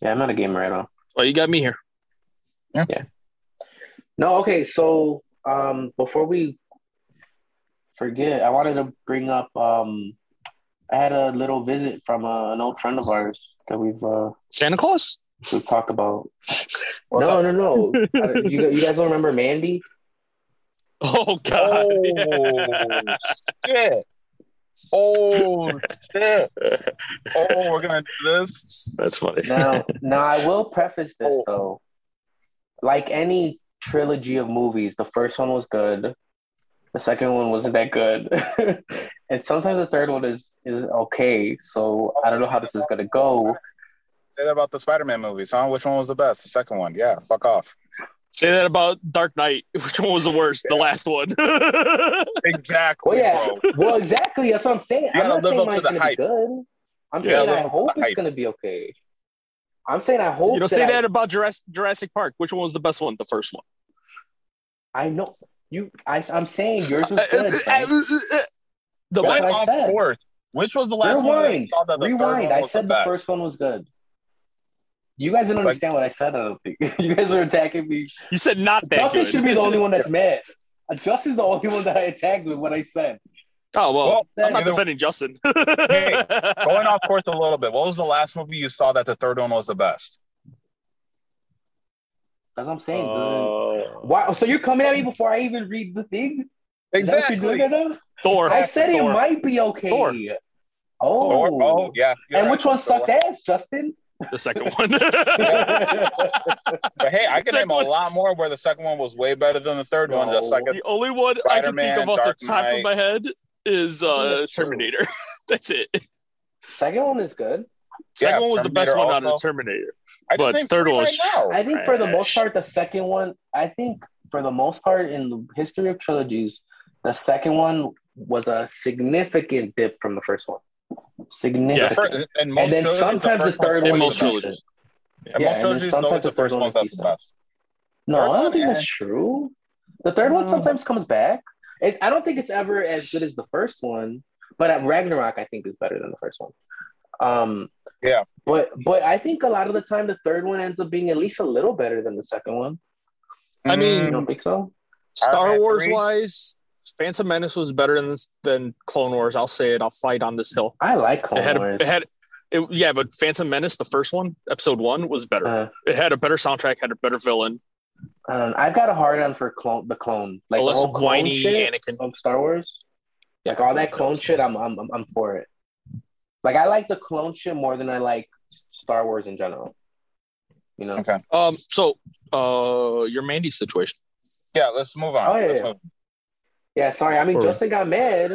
A: Yeah, I'm not a gamer at all.
C: Well, you got me here.
A: No, okay. So um, before we forget, I wanted to bring up. Um, I had a little visit from uh, an old friend of ours that we've uh,
C: Santa Claus?
A: we've talked about.
B: What's
A: no, no, no, I- You you guys don't remember Mandy?
C: Oh God!
B: Oh shit! Oh shit! Oh, we're gonna do this.
C: That's funny.
A: Now, now I will preface this though. Like any trilogy of movies, the first one was good. The second one wasn't that good. and sometimes the third one is is okay. So I don't know how this is gonna go.
B: Say that about the Spider-Man movies, huh? Which one was the best? The second one. Yeah, fuck off.
C: Say that about Dark Knight. Which one was the worst? The last one.
A: Well
B: Exactly.
A: yeah.
B: bro.
A: Well exactly, that's what I'm saying.
B: You
A: I'm
B: gotta
A: not
B: live
A: saying
B: up to
A: mine's
B: the
A: gonna
B: hype.
A: be good. I'm
C: You
A: saying
B: gotta live
A: I
B: up to
A: hope
B: the
A: it's
B: hype.
A: gonna be okay. I'm saying I hope
C: you know, say
A: that I-
C: that about Jurassic, Jurassic Park. Which one was the best one? The first one.
A: I, know you I am saying yours was good. Frank.
C: the
A: That's what
B: Went
A: I
C: last.
B: off
A: said.
B: course. Which was the last one? that you
A: Rewind.
B: saw that the third
A: Rewind.
B: one
A: I
B: was
A: said the,
B: best?
A: first one was good. You guys didn't
B: Like-
A: understand what I said. I don't think you guys are attacking me.
C: You said not that
A: Justin
C: good.
A: should be the only one that's mad. Uh, Justin's the only one that I attacked with what I said.
C: Oh well,
B: Well,
C: I'm not
B: either-
C: defending Justin.
B: Hey, going off course a little bit. What was the last movie you saw that the third one was the best?
A: That's what I'm saying. dude.
C: Uh,
A: wow. So you're coming at me before I even read the thing? Is that what you're doing
B: Exactly.
A: right now?
C: Thor.
A: I said it
C: Thor.
A: might be okay.
C: Thor.
A: Oh.
B: Thor. Oh, yeah. you're
A: and
B: right.
A: which one
B: Thor.
A: sucked ass, Justin?
C: The second one.
B: But hey, I can name
C: Second one.
B: a lot more where the second one was way better than the third one. The
A: No.
B: second,
C: the only one I can think
B: Spider-Man,
C: of off the
B: Dark
C: top of
B: Knight.
C: my head is uh,
A: That's true.
C: Terminator. That's it.
A: Second one is good.
C: Second
B: Yeah,
C: one was the best
B: Terminator
C: one out of the
B: also.
C: Terminator.
B: I
C: But
B: just named
C: third
B: three
C: one
B: right
C: was-
B: now.
A: I think for the most
C: Trash.
A: part, the second one. I think for the most part in the history of trilogies, the second one was a significant dip from the first one.
B: The
A: Significant.
B: first- in most
A: and then
B: trilogies,
A: sometimes the
B: first one's
A: third
C: In
A: one.
C: most
A: is decent.
C: trilogies.
A: Yeah,
B: And most
A: and then
B: trilogies
A: sometimes
B: know it's
A: the
B: the
A: third
B: first
A: one
B: one's
A: is
B: that's the
A: decent.
B: best.
A: No,
B: Third
A: I don't
B: one,
A: think
B: eh.
A: that's true. The third one
C: No.
A: sometimes comes back. It, I don't think it's ever as good as the first one, but at Ragnarok, I think is better than the first one. Um,
B: Yeah.
A: but but I think a lot of the time the third one ends up being at least a little better than the second one.
C: I mean,
A: You
B: Mm.
A: don't think so?
C: Star
B: Iron Man
C: Wars
B: three.
C: wise, Phantom Menace was better than than Clone Wars. I'll say it. I'll fight on this hill.
A: I like Clone
C: It had
A: Wars.
C: a, it had It, yeah, but Phantom Menace, the first one, episode one, was better.
A: Uh,
C: it had a better soundtrack, had a better villain.
A: I don't know. I've got a hard on for clone, the clone, like
B: Oh,
A: the
C: a less
A: whole clone
C: whiny
A: shit
C: Anakin.
A: of Star Wars. Like all that clone shit, I'm I'm I'm- I'm for it. Like I like the clone shit more than I like S- Star Wars in general. You know,
B: Okay.
C: Um, so uh, your Mandy situation.
B: Yeah, let's move on.
A: Oh, yeah,
B: Let's
A: yeah.
B: move-
A: yeah. Sorry, I mean
C: Sure.
A: Justin got mad.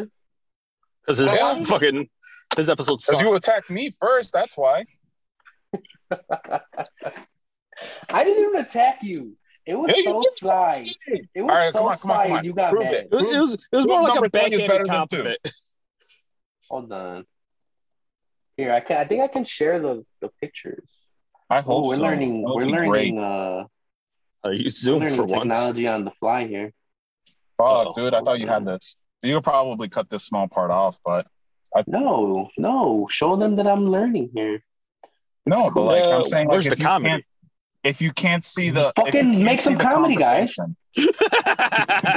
C: Because his
B: Yeah.
C: fucking his episode
B: Cause
C: sucked.
B: you attacked me first, that's why.
A: I didn't even attack you. It was
B: Yeah, you
A: so
B: just-
A: sly. It was
B: All right,
A: so
B: come on, come on,
A: sly.
B: come on.
A: You got
B: Prove
A: mad.
B: it.
C: it, was- it was it was more like
B: Number
C: a
B: three is better
C: backhanded
B: than
C: compliment.
A: Hold on. Here, I can. I think I can share the the pictures.
B: I
A: Oh,
B: hope
A: we're
B: so.
A: learning.
B: That
A: We're
B: would be
A: learning.
B: Great.
A: Uh,
C: I use
A: we're
C: Zoom
A: learning
C: for once.
A: technology on the fly here.
B: Oh,
C: Oh,
B: dude, I thought you had this. You could probably cut this small part off, but
A: No, no. Show them that I'm learning here.
B: no, but like
C: Uh,
B: I'm saying, like,
C: where's
B: if
C: the
B: you
C: comedy?
B: can't- If you can't see the
A: Fucking
B: if you can't
A: make
B: see
A: some
B: the
A: comedy, guys.
B: conversation-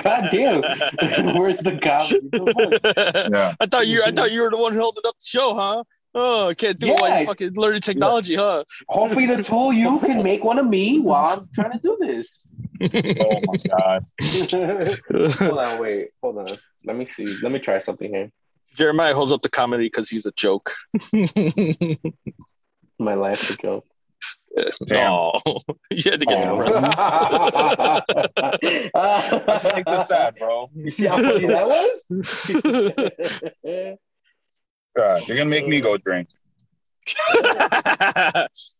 A: God damn. Where's the comedy?
B: Yeah,
C: I thought you I thought you were the one who held it up the show, huh? Oh, can't do it while
A: Yeah.
C: you fucking learning technology, huh?
A: Hopefully, the two of you can make one of me while I'm trying to do this.
B: Oh my god.
A: hold on, wait. Hold on. Let me see. Let me try something here.
C: Jeremiah holds up the comedy because he's a joke.
A: My life's a joke.
B: Damn.
C: Oh, you had to get
B: Oh.
C: depressed.
B: I feel like that's sad, bro.
A: You see how funny that was?
B: God, you're gonna make me go drink.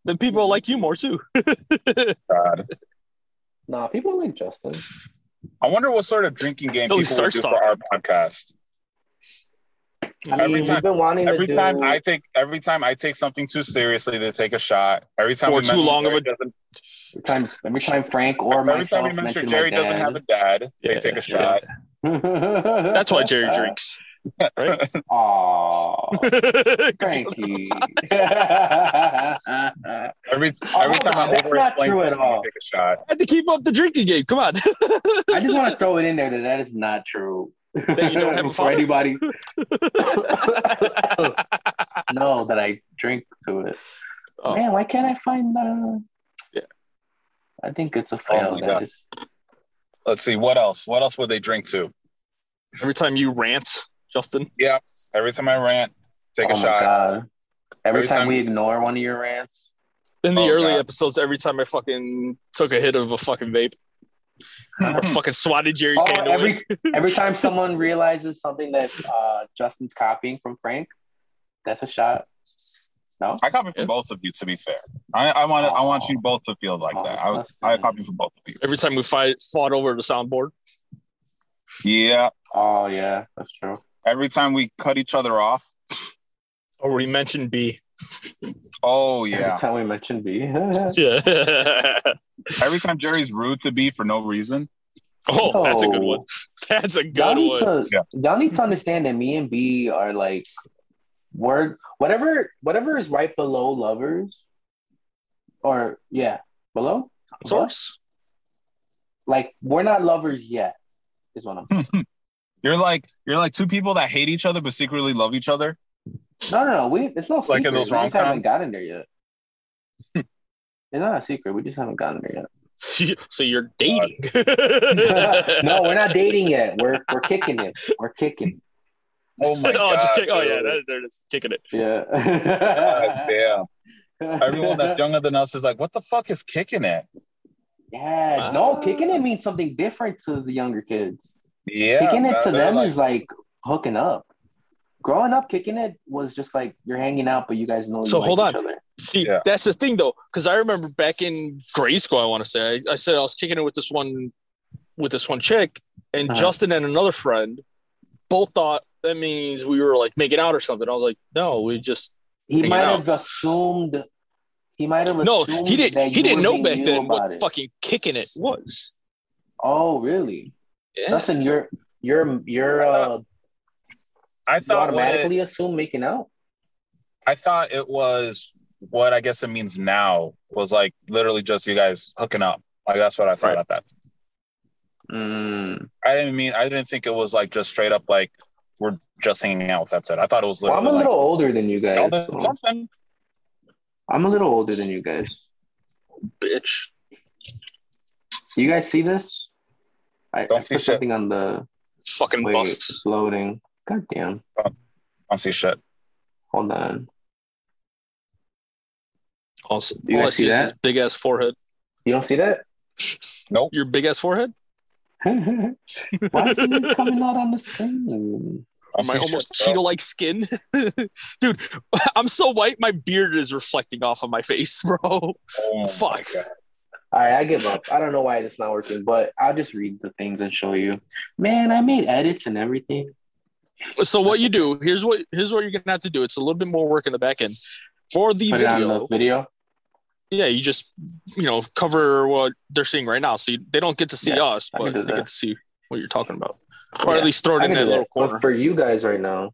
C: then people like you more too.
B: God.
A: nah, people like Justin.
B: I wonder what sort of drinking game
C: Till he
B: people would
C: starts
B: do for our podcast.
A: I mean,
B: Every
A: we've
B: time-
A: been wanting
B: Every
A: to
B: time
A: do.
B: I take, every time I take something too seriously, they take a shot. Every time we
C: Or too
B: mention
C: long of
B: Jerry
C: a-
B: doesn't-
A: Every time, every time Frank or
B: every time
A: myself
B: we mention
A: mention
B: Jerry
A: my
B: doesn't have a
A: dad.
B: dad,
C: Yeah,
B: they take a
C: yeah.
B: shot.
C: That's why Jerry drinks.
A: Aw,
C: 'Cause he-
A: Frankie.
B: Every
A: Oh,
B: every
A: hold
B: time
A: on,
B: I
A: that's not
B: overexplain
A: true at
B: something,
A: all.
B: they take a shot.
C: I had to keep up the drinking game. Come on.
A: I just want to throw it in there that that is not true.
C: That you don't have a
A: for
C: father?
A: anybody. no, that I drink to it.
C: Oh.
A: Man, why can't I find the?
C: Yeah.
A: I think it's a
B: Oh
A: fail.
B: my
A: that
B: God.
A: is-
B: Let's see what else. What else would they drink to?
C: Every time you rant, Justin.
B: Every time I rant, take
A: oh
B: a
A: my
B: shot.
A: God. Every,
B: Every
A: time,
B: time-
A: we ignore one of your rants.
C: In the
B: Oh,
C: early
B: God.
C: episodes, every time I fucking took a hit of a fucking vape or
B: Hmm.
C: fucking swatted Jerry's
A: Oh,
C: hand away.
A: every every time someone realizes something that uh, Justin's copying from Frank, that's a shot. No,
B: I copy from
C: Yeah.
B: both of you. To be fair, I, I want I want
A: Aw.
B: you both to feel like
A: Aw,
B: that. I,
A: that's
B: I
A: nice.
B: copy from both of you.
C: Every time we fight, fought over the soundboard.
B: Yeah.
A: oh yeah, that's true.
B: Every time we cut each other off.
C: Or we mentioned B.
B: Oh
A: Every
B: yeah.
A: time we mention B,
C: Oh, Yeah.
B: Every time Jerry's rude to B for no reason.
C: oh, that's a good
A: No.
C: one. That's a good
A: y'all need
C: one.
A: to
B: Yeah.
A: y'all need to understand that me and B are like word whatever whatever is right below lovers, or yeah, below
C: Source?
A: Like we're not lovers yet, is what I'm saying.
B: You're like you're like two people that hate each other but secretly love each other.
A: No, no, no. We it's no
B: Like in
A: secret.
B: those
A: we just haven't
B: rom-coms?
A: gotten there yet. it's not a secret. We just haven't gotten there yet.
C: so you're dating.
A: no, we're not dating yet. We're we're kicking it. We're kicking.
B: Oh
C: Oh,
B: my
C: just kidding. Oh,
B: dude.
C: yeah. That, there it is. Kicking it.
A: It. Yeah.
B: God damn. Everyone that's younger than us is like, what the fuck is kicking it?
A: Yeah. No,
B: Uh-huh.
A: kicking it means something different to the younger kids.
B: Yeah.
A: kicking it
B: that-
A: to
B: they're
A: them
B: like,
A: is like hooking up. Growing up, kicking it was just like you're hanging out, but you guys know.
C: So
A: you
C: hold
A: like
C: on.
A: Each other.
C: See,
B: Yeah.
C: that's the thing though, because I remember back in grade school, I want to say, I, I said I was kicking it with this one, with this one chick, and
A: Uh-huh.
C: Justin and another friend both thought that means we were like making out or something. I was like, no, we just
A: He
C: Hanging
A: might
C: out.
A: have assumed. He might have
C: no.
A: assumed
C: He
A: that
C: didn't.
A: you
C: He didn't know
A: and me
C: back
A: knew
C: then
A: about
C: what
A: it.
C: fucking kicking it was.
A: Oh, really?
C: Yeah.
A: Justin, you're you're you're uh,
B: I
A: you
B: thought what it,
A: automatically assume making out.
B: I thought it was what I guess it means now was like literally just you guys hooking up. Like that's what I thought
C: Right.
B: at that.
C: Mm.
B: I didn't mean I didn't think it was like just straight up like we're just hanging out. That's it. I thought it was
A: Well,
B: literally
A: I'm a
B: like
A: little older than you
B: "Y'all
A: guys.
B: did
A: so-
B: something.
A: I'm a little older than you guys.
C: bitch.
A: You guys see this? I,
B: Don't
A: I
B: see
A: put
B: shit.
A: something on the
C: Fucking
A: wait. It's
C: busts.
A: loading. God damn.
B: I see shit.
A: Hold on.
C: Also,
A: You
C: all I
A: guys
C: see
A: see
C: is
A: that?
C: his big ass forehead.
A: You don't see that?
C: Your big ass forehead?
A: Why is it coming out on the screen?
B: I
C: My
B: see
C: almost
B: shit, bro.
C: cheeto like skin. Dude, I'm so white, my beard is reflecting off of my face, bro.
B: Oh my
C: Fuck.
B: God.
A: All right, I give up. I don't know why it's not working, but I'll just read the things and show you. Man, I made edits and everything.
C: So what you do, here's what here's what you're gonna have to do. It's a little bit more work in the back end. For the
A: Put it on the
C: video,
A: video.
C: yeah, you just you know cover what they're seeing right now, so you, they don't get to see
A: Yeah,
C: us,
A: I can
C: but
A: do
C: they
A: that.
C: get to see what you're talking about, or
A: Yeah,
C: at least throw it
A: I
C: in
A: can
C: that
A: do
C: little
A: that.
C: corner.
A: But for you guys right now,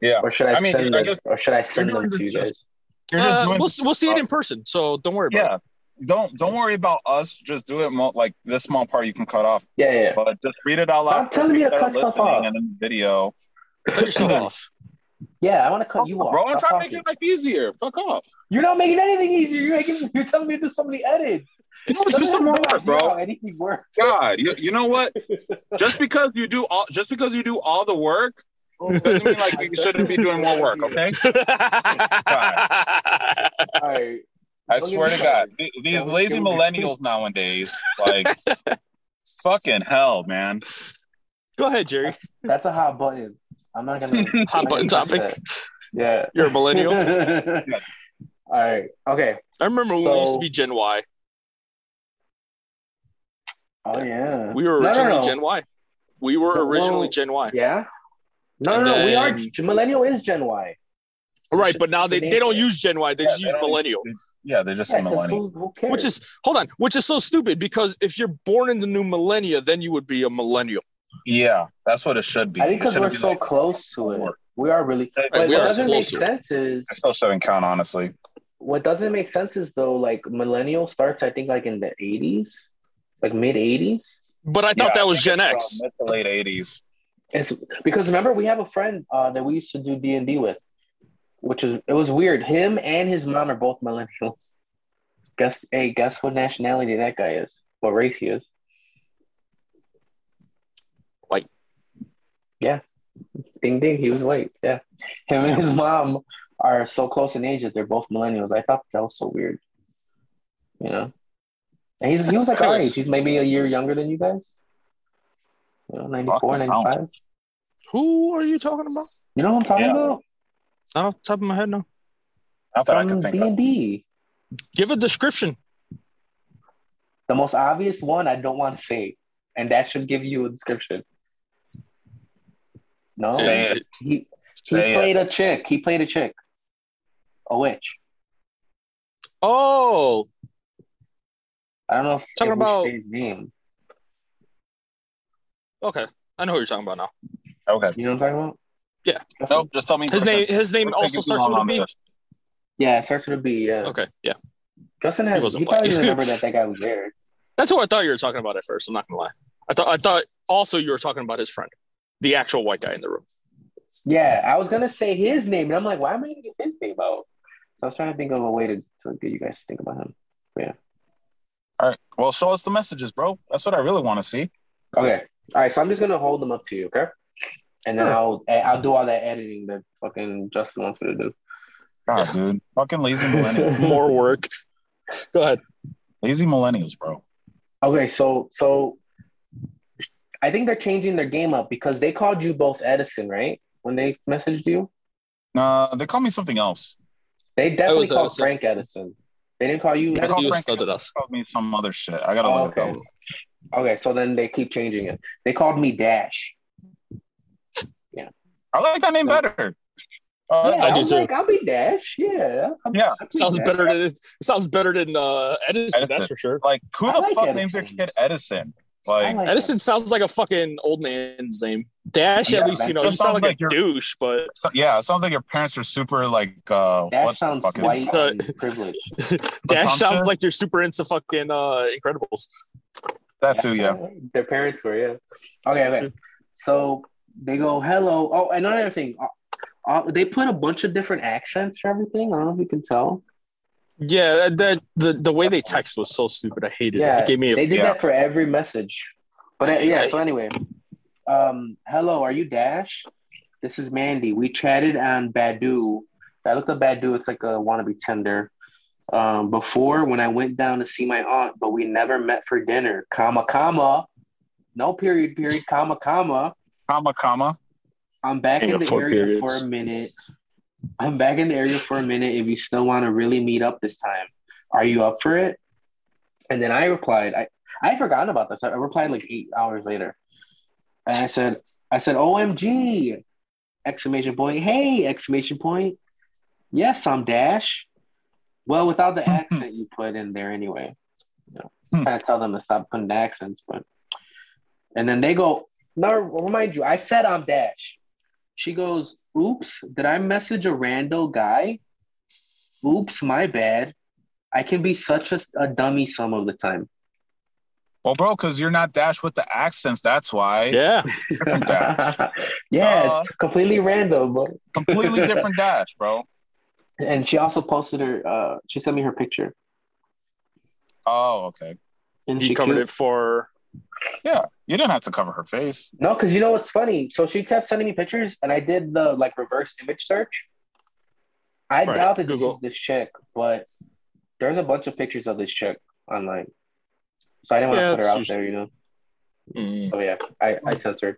B: Yeah.
A: or should I,
B: I mean,
A: send
B: I
A: them?
B: guess-
A: Or should I send
B: I
A: them
B: guess-
A: to you guys?
B: You're just
C: Uh,
B: doing
C: we'll, we'll see it in person, so don't worry about it.
B: yeah. Don't don't worry about us. Just do it mo- like this small part you can cut off,
A: Yeah, yeah. yeah.
B: but just read it out loud.
A: Stop telling me to
B: People that are
A: cut stuff
B: listening
A: off.
B: And then video,
C: Cut yourself
B: Yeah.
C: off.
A: Yeah, I want to cut you off.
B: Oh, bro. I'm
A: Stop
B: trying to make
A: talking.
B: your life easier. Fuck off.
A: You're not making anything easier. You're making. You're telling me to do so many edits.
B: No, Oh, do some more work, bro.
A: Anything works.
B: God, you, you know what? just because you do all just because you do all the work Oh, doesn't mean like you shouldn't be doing more work. Okay,
A: All right.
B: I
A: Don't get
B: swear
A: me
B: to God,
A: started.
B: th- these
A: Don't get
B: lazy
A: me-
B: millennials nowadays, like fucking hell, man.
C: Go ahead, Jerry.
A: That's a hot button. I'm not gonna I'm
C: Hot
A: not
C: button
A: gonna touch
C: topic.
A: that. Yeah.
C: You're a millennial.
A: All right. Okay.
C: I remember when we used
A: So-
C: to be Gen Y.
A: Oh yeah.
C: We
A: No,
C: were
A: no,
C: originally
A: no.
C: Gen Y. We were
A: Well,
C: originally Gen Y.
A: Yeah. No, no,
C: And
A: no. we are
C: then-
A: millennial is Gen Y.
C: Right, but now they,
A: They
C: they don't
A: did.
C: use Gen Y. They
B: Yeah,
C: just
B: they
C: use
B: don't-
C: millennial,
B: Yeah, they're just
A: Yeah,
B: a
A: 'cause
B: millennial.
A: who, who cares?
C: which is hold on, which is so stupid because if you're born in the new millennia, then you would be a millennial.
B: Yeah, that's what it should be.
A: I think
B: It
A: because
B: shouldn't
A: we're
B: be
A: so
B: like-
A: close to it. We are really.
B: Like,
C: Right,
A: But
C: we
A: what
C: are
A: doesn't make
C: closer.
A: sense is
B: I still shouldn't count, honestly.
A: what doesn't make sense is though like millennial starts I think like in the eighties, like mid eighties.
C: But I thought
B: Yeah,
C: that was
B: I
C: Gen
B: think it's
C: X.
B: from Mid to late eighties.
A: It's because remember we have a friend uh, that we used to do D and D with, which is it was weird. Him and his mom are both millennials. Guess hey, guess what nationality that guy is? What race he is?
C: White.
A: Yeah. Ding ding, he was white. Yeah. Him and his mom are so close in age that they're both millennials. I thought that was so weird. You know. And he's he was like our
C: Anyways.
A: age. He's maybe a year younger than you guys. You know, 94,
B: Fucking
A: 95.
C: Who are you talking about?
A: You know what I'm talking
B: Yeah.
A: about?
C: Not off the top of my head, no.
B: Not that I can
A: From
B: think
A: D and
B: of.
A: D,
C: Give a description.
A: the most obvious one I don't want to say, and that should give you a description. No,
B: Say it.
A: he, he
B: Say it.
A: played a chick. He played a chick, a witch.
C: Oh,
A: I don't know if
C: Talking
A: if we should
C: about-
A: say his name.
C: okay. I know who you're talking about now.
B: Okay.
A: You know what I'm talking about?
C: Yeah.
A: That's
B: Nope, just tell me.
C: His
B: Justin.
C: name his name
B: We're
C: also
B: taking too
C: starts
B: long
C: with a
B: on
C: B.
B: this.
A: Yeah, it starts with a B. Yeah.
C: Okay, yeah.
A: Justin
C: He
A: has.
C: wasn't
A: He probably
C: white.
A: doesn't remember that that guy was there.
C: That's who I thought you were talking about at first. I'm not gonna lie. I thought I thought also you were talking about his friend, the actual white guy in the room.
A: Yeah, I was gonna say his name, and I'm like, why am I gonna get his name out? So I was trying to think of a way to, to get you guys to think about him.
B: All right. Well, show us the messages, bro. That's what I really want to see.
A: Okay. All right. So I'm just gonna hold them up to you, okay? And then I'll eh, I'll do all that editing that fucking Justin wants me to do.
B: God, dude. Fucking lazy millennials.
C: More work. Go ahead.
B: lazy millennials, bro.
A: okay. So so I think they're changing their game up because they called you both Edison, right? When they messaged you,
B: Uh, they call me something else.
A: they definitely
C: was
A: called
C: Edison.
A: Frank Edison. They didn't call you.
B: They call
C: He was
B: Frank-
C: spelled it us.
B: They call me some other shit. I gotta
A: Oh,
B: look
A: okay.
B: it up.
A: Okay. So then they keep changing it. They called me Dash.
B: I like that name
A: No.
B: better. Uh,
A: yeah,
C: I
A: I,
C: do
A: was
C: too.
A: like, I'll be Dash. Yeah. I'll-
B: Yeah.
A: I'll be
C: Sounds
A: Dash.
C: better than it sounds better than uh, Edison, that's for sure.
B: Like, who
A: I
B: the
A: like
B: fuck names their
A: Edison.
B: kid Edison?
A: I
B: Like,
A: like
C: Edison sounds like a fucking old man's name. Dash,
A: Yeah,
C: at least you know,
B: that
C: you sound
B: sounds
C: like,
B: like
C: a
B: you're-
C: douche, but
B: so- yeah, it sounds like your parents are super like. Uh,
A: that. Dash
B: what
A: sounds
B: fuck is
A: white
C: that?
A: and privileged.
C: Dash sounds
B: Assumption?
C: like you're super into fucking uh, Incredibles.
B: that too? Yeah.
A: Their parents were, yeah. Okay, okay. So they go, hello. Oh, another thing. Uh, uh, they put a bunch of different accents for everything. I don't know if you can tell.
C: Yeah, that the the way they text was so stupid. I hated
A: Yeah,
C: it. It gave me a
A: they did
B: Yeah.
A: that for every message. But uh, yeah,
C: Right.
A: so anyway, um, hello, are you Dash? This is Mandy. We chatted on Badu. I looked up Badu. It's like a wannabe Tinder. Um, before when I went down to see my aunt, but we never met for dinner. Comma, comma, no period, period, comma, comma.
B: Comma, comma.
A: I'm back
C: Hang
A: in
C: up
A: the
C: for
A: area
C: periods.
A: for a minute. I'm back in the area for a minute. If you still want to really meet up this time, are you up for it? And then I replied, I I had forgotten about this. I replied like eight hours later, and I said, I said, OMG! Exclamation point! Hey! Exclamation point! Yes, I'm Dash. Well, without the accent you put in there anyway. You know,
B: Hmm.
A: trying to tell them to stop putting the accents, but and then they go. Now, remind you, I said I'm Dash. She goes, Oops, did I message a random guy? Oops, my bad. I can be such a, a dummy some of the time.
B: Well, bro, because you're not Dash with the accents. That's why.
C: Yeah,
A: yeah,
B: Uh.
A: it's completely random. But...
B: Completely different Dash, bro.
A: And she also posted her, uh, she sent me her picture.
B: Oh, okay.
A: And
C: he
A: she
C: covered
A: cute-
C: it for.
B: You didn't have to cover her face.
A: No, because you know what's funny? So she kept sending me pictures, and I did the like reverse image search. I
C: Right,
A: doubt that this
C: Google.
A: is this chick, but there's a bunch of pictures of this chick online. So I didn't want to
C: Yeah,
A: put her
C: it's
A: out
C: just-
A: there, you know.
C: Mm.
A: Oh yeah, I, I censored.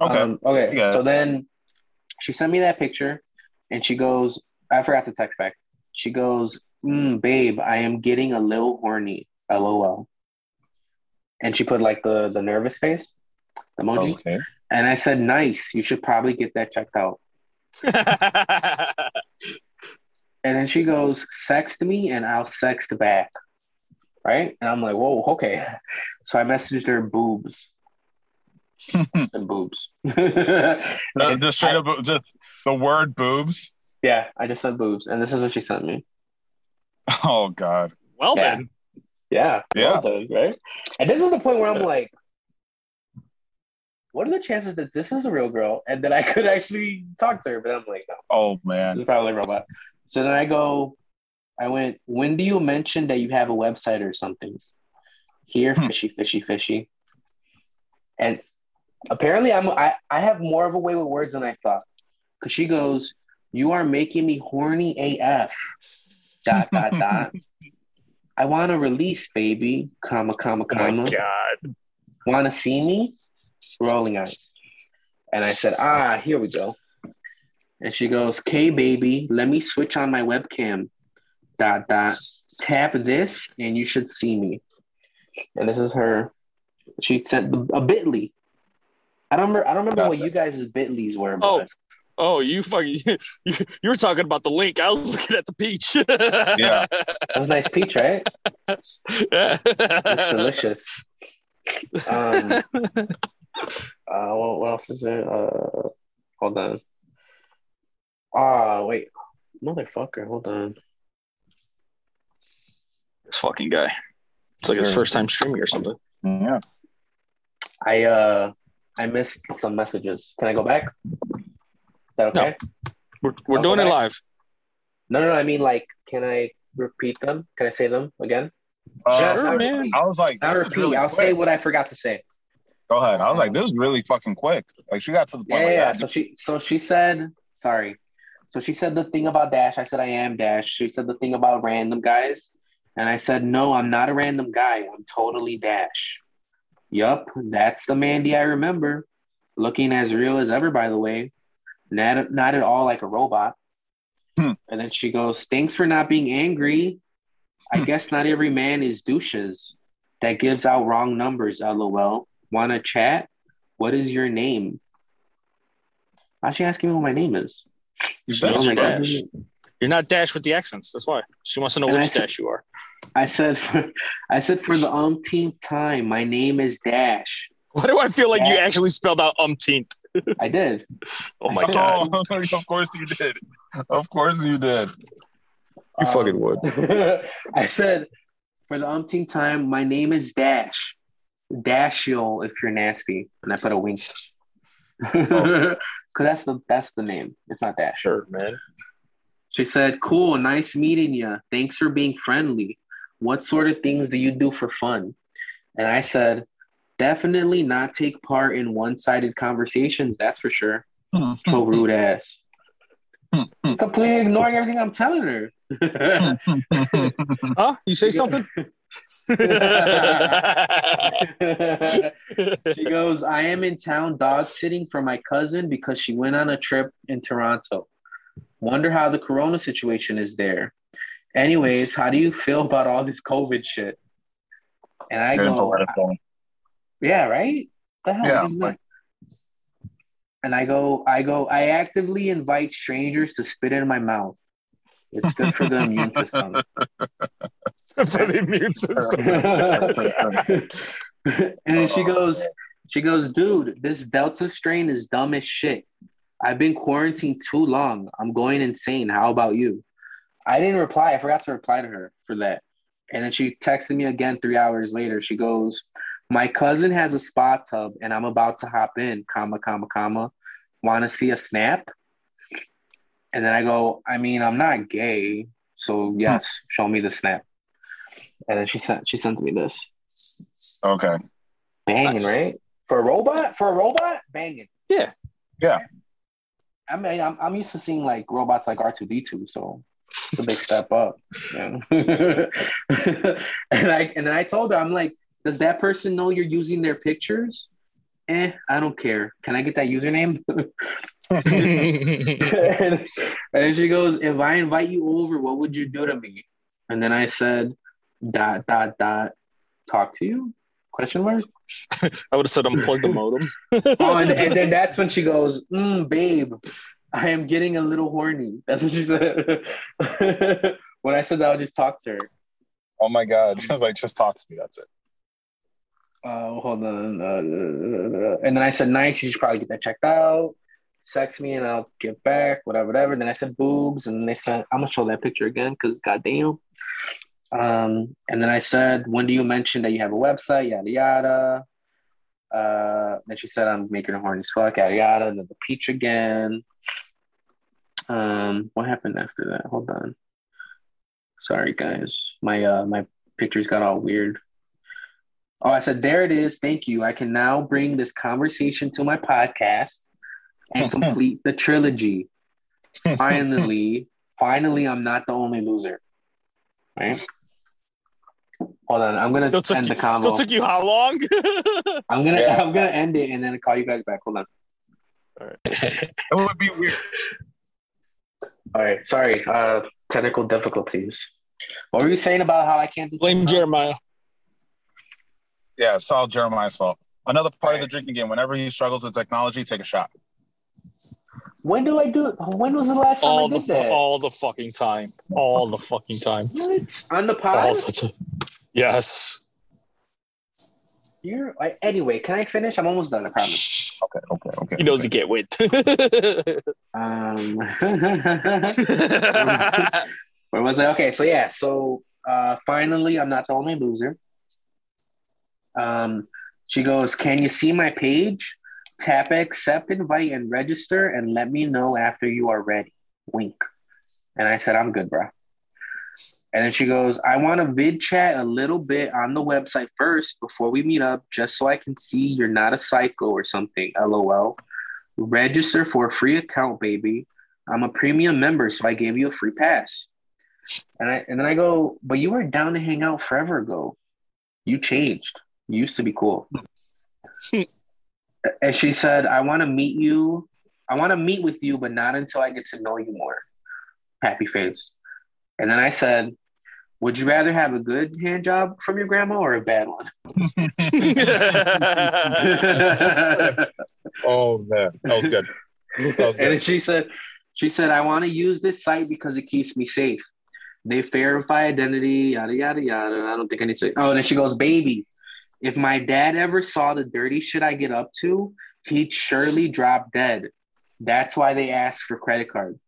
B: Okay.
A: Um, okay.
B: Yeah.
A: So then she sent me that picture, and she goes, "I forgot to text back." She goes, mm, "Babe, I am getting a little horny." LOL. And she put like the the nervous face emoji.
B: okay.
A: And I said, nice. You should probably get that checked out. And then she goes, sext me and I'll sext back. Right? And I'm like, whoa, okay. So I messaged her boobs.
B: Hmm.
A: and boobs.
B: Uh, just straight up, just the word boobs.
A: yeah, I just said boobs. And this is what she sent me.
B: Oh God.
C: well
A: Yeah.
C: then,
A: Yeah.
B: Yeah.
A: well done, right? And this is the point where I'm like, what are the chances that this is a real girl and that I could actually talk to her? But I'm like, no.
B: Oh
A: It's
B: man.
A: probably a robot. So then I go, I went, when do you mention that you have a website or something? Here,
B: Hmm.
A: fishy, fishy, fishy. And apparently I'm I, I have more of a way with words than I thought. Cause she goes, You are making me horny AF. Dot dot dot. I wanna release, baby, comma, comma,
C: oh my
A: comma.
C: god,
A: Wanna see me? Rolling eyes. And I said, Ah, here we go. And she goes, K baby, let me switch on my webcam. Dot dot. Tap this and you should see me. And this is her. She sent a bitly. I don't remember I don't remember what you guys' bitlies were, but
C: Oh, oh, you fucking, you, you were talking about the link. I was looking at the peach. yeah,
A: that was nice peach, right? It's
C: yeah.
A: delicious. Um, uh, what, what else is there? Uh, hold on. Ah, wait, motherfucker, hold on.
C: This fucking guy. It's like his first time streaming or something.
B: Yeah. Uh,
A: I uh, I missed some messages. Can I go back? Is that
C: No.
A: okay?
C: We're, we're
A: I'll
C: doing
A: go
C: it
A: back.
C: live.
A: No. no, no, I mean, like, can I repeat them? Can I say them again?
B: Uh,
A: Yes,
C: sure,
A: I
C: man.
A: repeat.
B: I was like,
A: I'll
B: this is
A: repeat.
B: really
A: I'll
B: quick.
A: say what I forgot to say.
B: Go ahead. I was like, this is really fucking quick. Like she got to the point.
A: yeah,
B: like,
A: yeah.
B: that.
A: So she, so she said, sorry. So she said the thing about Dash. I said I am Dash. She said the thing about random guys, and I said no, I'm not a random guy. I'm totally Dash. Yup, that's the Mandy I remember, looking as real as ever. By the way, not not at all like a robot.
B: Hmm.
A: And then she goes, "Thanks for not being angry.
B: Hmm.
A: I guess not every man is douches that gives out wrong numbers. LOL. Wanna chat? What is your name? Why is she asking me what my name is?
B: She
C: That's
A: Oh
B: does.
A: my God.
C: Dash. You're not Dash with the accents. That's why. She wants to know
A: And I
C: which
A: said-
C: Dash you are.
A: I said, I said for the umpteenth time, my name is Dash.
C: Why do I feel like you
A: Yeah.
C: actually spelled out umpteenth?
A: I did.
C: Oh my god.
B: Oh, of course you did. Of course you did.
A: Oh.
C: You fucking would.
A: I said for the umpteenth time, my name is Dash. Dashiel, if you're nasty, and I put a wink.
C: Oh.
A: Because that's the that's the name. It's not Dash.
C: Sure, man.
A: She said, "Cool, nice meeting you. Thanks for being friendly. What sort of things do you do for fun?" And I said, "Definitely not take part in one-sided conversations. That's for sure." So rude ass. Completely ignoring everything I'm telling her.
C: Huh? You say something?
A: she goes, I am in town dog sitting for my cousin because she went on a trip in Toronto. Wonder how the corona situation is there. Anyways, how do you feel about all this COVID shit? And I go, Yeah, right? The hell?
B: Yeah,
A: He's not- And I go, I go, I actively invite strangers to spit in my mouth. It's good for the immune system.
C: For the immune system.
A: and then she goes, she goes, dude, this Delta strain is dumb as shit. I've been quarantined too long. I'm going insane. How about you? I didn't reply. I forgot to reply to her for that. And then she texted me again three hours later. She goes, My cousin has a spa tub and I'm about to hop in, comma, comma, comma. Wanna see a snap? And then I go, I mean, I'm not gay. So yes, show me the snap. And then she sent she sent me this.
B: Okay.
A: Banging,
C: Nice.
A: right? For a robot? For a robot? Banging.
C: Yeah.
B: Yeah.
A: I mean, I'm, I'm used to seeing like robots like R2D2, so it's a big step up. Yeah. and I and then I told her, I'm like, does that person know you're using their pictures? Eh, I don't care. Can I get that username? and then she goes, if I invite you over, what would you do to me? And then I said, dot dot dot, talk to you? Question mark.
C: I would have said unplug the modem.
A: Oh, and, and then that's when she goes, mm, "Babe, I am getting a little horny." That's what she said. when I said that, I just talked to her.
B: Oh my god. like just talk to me. That's it.
A: Uh, hold on, uh, and then I said, "Nice, you should probably get that checked out." Sex me, and I'll get back. Whatever, whatever. And then I said boobs, and they said, "I'm gonna show that picture again because goddamn." Um, and then I said, "When do you mention that you have a website?" Yada yada. Uh, then she said, "I'm making her horny as fuck." Yada yada. And then the peach again. Um, what happened after that? Hold on. Sorry, guys. My uh, my pictures got all weird. Oh, I said, there it is. Thank you. I can now bring this conversation to my podcast and complete the trilogy. Finally, finally, I'm not the only loser. Right? Hold on. I'm gonna
C: Still took,
A: end
C: you,
A: the combo.
C: still took you how long?
A: I'm gonna
B: Yeah.
A: I'm gonna end it and then call you guys back. Hold on.
B: It would be weird.
A: All right. Sorry. Uh, technical difficulties. What were you saying about how I can't do
C: Blame Jeremiah.
B: Yeah, it's all Jeremiah's fault. Another part of the drinking game. Whenever he struggles with technology, take a shot.
A: When do I do it? When was the last time
C: All
A: I
C: the
A: did
C: fu-
A: that?
C: all the fucking time. All the fucking time.
A: What? On the
C: All
A: pod?
C: the time. Yes.
A: You're like anyway. Can I finish? I'm almost done. I promise.
B: Okay, okay, okay.
C: He knows he can't win.
A: Um, where was I? Okay, so yeah, so uh, finally, I'm not the only loser. Um, she goes, "Can you see my page? Tap accept invite and register, and let me know after you are ready." Wink. And I said, "I'm good, bro." And then she goes, "I want to vid chat a little bit on the website first before we meet up, just so I can see you're not a psycho or something." LOL. Register for a free account, baby. I'm a premium member, so I gave you a free pass. And I and then I go, but you were down to hang out forever ago. You changed. You used to be cool. and she said, I want to meet you. I want to meet with you, but not until I get to know you more. Happy face. And then I said, Would you rather have a good hand job from your grandma or a bad one?
B: Oh man, that was good.
A: and
B: was good.
A: then she said, she said, I want to use this site because it keeps me safe. They verify identity, yada yada yada. I don't think I need to. Oh, and then she goes, baby, if my dad ever saw the dirty shit I get up to, he'd surely drop dead. That's why they ask for credit card.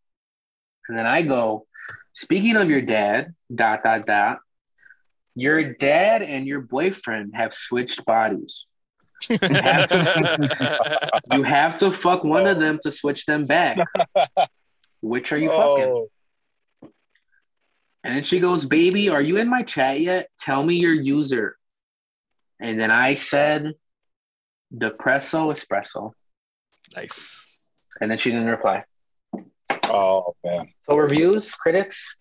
A: And then I go, speaking of your dad, dot dot dot. Your dad and your boyfriend have switched bodies. Have to you
B: Oh.
A: Oh.
B: Oh.
A: have to fuck one of them to switch them back. Which are you fucking? And then she goes, Baby, are you in my chat yet? Tell me your user. And then I said, Depresso Espresso.
C: Nice.
A: And then she didn't reply.
B: Oh man.
A: So, reviews, critics,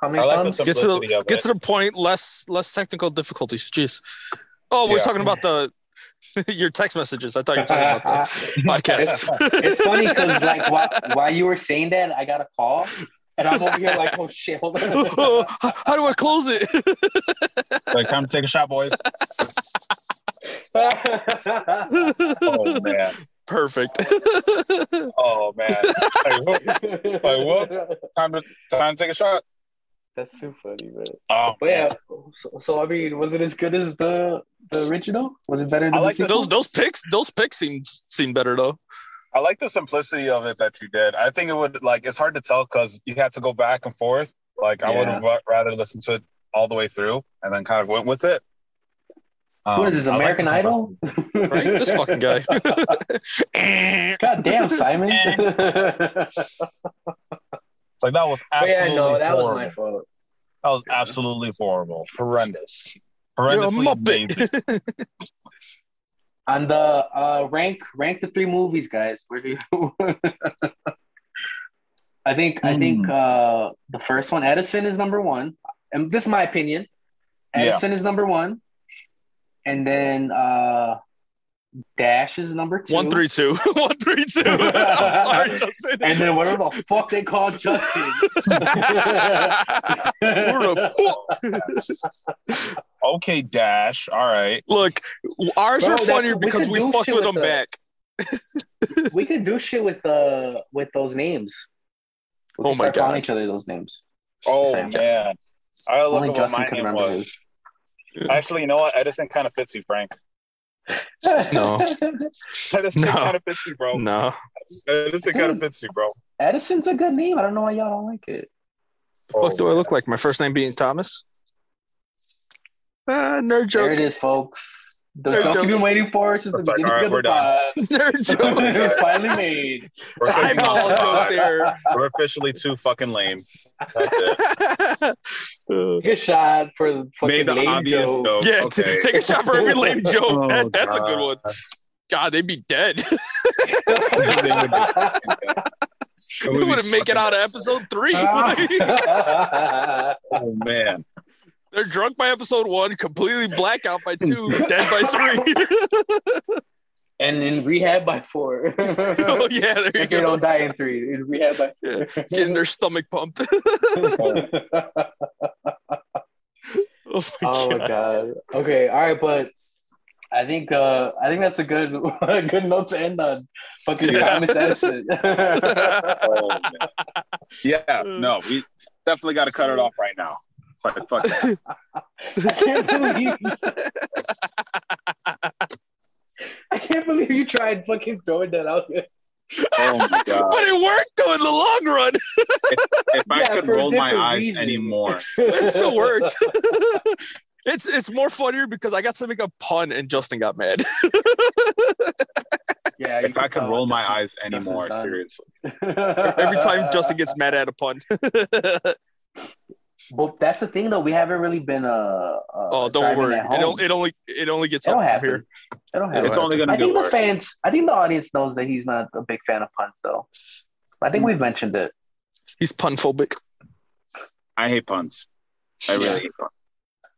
A: how many
B: I like
A: thumbs?
B: the-
C: Get to
B: Simplicity
C: the
B: of
C: get
B: it.
C: to the point. Less less technical difficulties. Jeez. Oh, we're
B: Yeah.
C: talking about the your text messages. I thought you were talking about the podcast.
A: It's funny because, like, while, while you were saying that, I got a call. And I'm over here like, oh shit, hold on.
C: Oh, How do I close it?
B: Like time to take a shot, boys. Oh man.
C: Perfect.
B: Oh man. Like, whoop. Like, whoops. time to time to take a shot.
A: That's so funny, man.
B: Oh
A: But yeah, so, so I mean, was it as good as the the original? Was it better than
B: I like
A: the
B: the-
A: sequel?
C: those those picks those picks seem seem better though.
B: I like the simplicity of it that you did. I think it would like it's hard to tell because you had to go back and forth. Like I would
A: Yeah.
B: have rather listened to it all the way through and then kind of went with it. Um,
A: What is this
B: I like
A: American
B: the-
A: Idol?
C: Right? This fucking guy. Eh.
A: God damn, Simon.
B: Eh.
A: But
B: It's like that was absolutely
A: Oh, yeah, no, that was
B: horrible.
A: my fault.
B: That was absolutely horrible. Horrendous.
C: You're a
B: Horrendously amazing.
C: muppet.
A: On the uh, rank, rank the three movies, guys. Where do you? I think I think
B: Hmm.
A: uh, the first one, Edison, is number one, and this is my opinion.
B: Yeah.
A: Edison is number one, and then uh, Dash is number two.
C: One three two. One three two. I'm sorry, Justin.
A: And then whatever the fuck they call Justin.
C: We're a fool.
B: Okay, Dash. All right.
C: Look, ours
A: Bro,
C: were
A: that's-
C: funnier
A: we
C: because
A: could
C: we
A: do
C: fucked
A: shit
C: with
A: with
C: them
A: the-
C: back.
A: we could do shit with uh with those names. We
C: Oh
A: could
C: my
A: start calling
C: God.
A: each other those names.
B: Oh
A: Same.
B: man. I look
A: Only
B: at what
A: Justin
B: my
A: could
B: name
A: remember
B: was.
A: those.
B: Actually, you know what? Edison kind of fits you, Frank.
C: No.
B: Edison
C: No.
B: kind of fits you, bro.
C: No.
B: Edison kind of fits you, bro.
A: Edison's a good name. I don't know why y'all don't like it.
C: What
B: Oh.
C: do I look like? My first name being Thomas? Uh, nerd
A: There
C: joke.
A: it is, folks. The
C: They're
A: joke
C: joking.
A: you've been waiting for since the
B: It's like,
A: beginning
B: all
A: of
B: right,
A: the pod
C: Nerd joke.
A: is finally made.
B: We're officially not
C: Eyeball joke
B: live.
C: there.
B: We're officially too fucking lame. That's it.
C: Uh,
A: Good shot for the fucking
B: Made the
A: lame
B: obvious
A: joke.
B: joke.
C: yeah, t-
B: Okay.
C: take a shot for every lame joke.
B: Oh,
C: that, that's a
B: God.
C: good one. God, they'd be dead. we wouldn't make it out of episode three.
A: Ah.
B: Oh man.
C: They're drunk by episode one, completely blackout by two, dead by three.
A: and in rehab by four.
C: oh
A: if
C: yeah, there you
A: they
C: go.
A: don't die in three, in rehab by
C: Yeah, Getting their stomach pumped. oh my
A: oh
C: god.
A: my god. Okay, all right, but I think uh I think that's a good a good note to end on. Fucking
C: Yeah.
A: Thomas Edison.
B: Oh, man.
A: Uh.
B: Yeah. No, we definitely got to cut it off right now. It's like fuck that.
A: I can't believe you I can't believe you tried fucking throwing that out there.
B: Oh my god.
C: But it worked though in the long run.
B: If I
A: Yeah,
B: could
A: for a
B: roll my
A: different
B: eyes
A: reason.
B: anymore.
C: It still worked. it's it's more funnier because I got to make a pun and Justin got mad.
A: Yeah, you
B: If I could
A: tell
B: roll my
A: Justin-
B: eyes anymore,
A: done.
B: seriously.
C: Every time Justin gets mad at a pun.
A: Well, that's the thing though. We haven't really been uh. uh
C: oh, don't
A: driving
C: worry.
A: At home.
C: It, o- it only it only gets
A: It
C: up
A: don't
C: from
A: happen.
C: here.
A: It don't happen.
B: It's only gonna
A: I
B: get
A: think the
B: worse.
A: fans, I think the audience knows that he's not a big fan of puns, though. I think we've mentioned it.
C: He's pun phobic.
B: I hate puns. I really hate puns.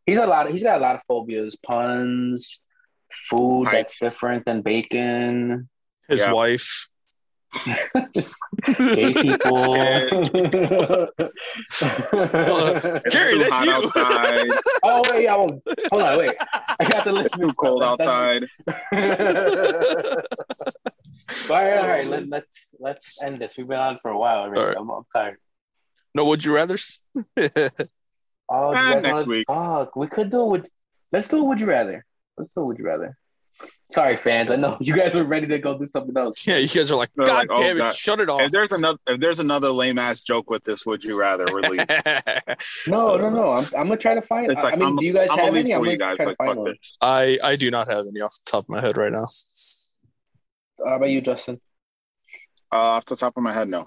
A: He's a lot. He's got a lot of phobias: puns, food that's different than bacon,
C: His
B: Yeah.
C: wife.
A: gay people.
B: Yeah.
C: Jerry,
B: It's
C: that's
B: too
C: you.
B: hot Outside.
A: oh wait, yeah, hold hold on, wait. I got the list.
B: It's too cold outside.
A: all right, all right. Let, let's let's end this. We've been on for a while already.
C: All right.
A: I'm, I'm tired.
C: No, would you rather's?
A: Oh, do
B: Ah,
A: you guys
B: next
A: want to
B: week.
A: fuck? We could do it. With, let's do it. Would you rather? Let's do it. Would you rather? Sorry, fans. I know you guys are ready to go do something else.
C: yeah, you guys are like,
B: They're
C: God
B: like, oh,
C: damn it,
B: God."
C: shut it off.
B: If there's another if there's another lame ass joke with this, would you rather we're leaving?
A: No, no, no. I'm, I'm gonna try to find.
B: It's
A: I-
B: like
A: I mean,
B: I'm-
A: do you guys
B: I'm gonna
A: have
B: leave
A: any? I'm
B: for
A: gonna
B: you guys.
A: try to
B: Like,
A: find
B: fuck
A: one.
B: this.
C: I I do not have any off the top of my head right now.
A: Uh, How about you, Justin?
B: Uh, off the top of my head, no.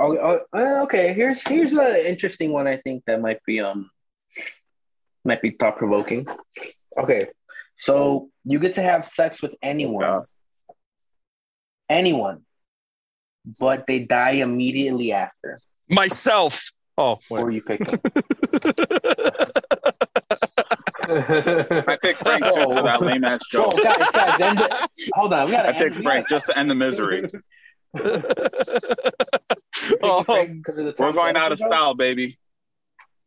A: Oh, oh, okay. Here's here's an interesting one. I think that might be um might be thought provoking. Okay, so you get to have sex with anyone,
B: God.
A: anyone, but they die immediately after.
C: Myself. Oh,
A: Who are you picking?
D: I picked Frank just for that lame ass
A: Whoa,
D: joke.
A: guys, guys, end it. hold on. We gotta
D: I
A: end-
D: picked
A: we
D: Frank just to end the misery.
A: gotta pick
C: oh,
A: Frank 'cause of the
D: We're
A: Thomas
D: going
A: Edison
D: out of
A: joke?
D: style, baby.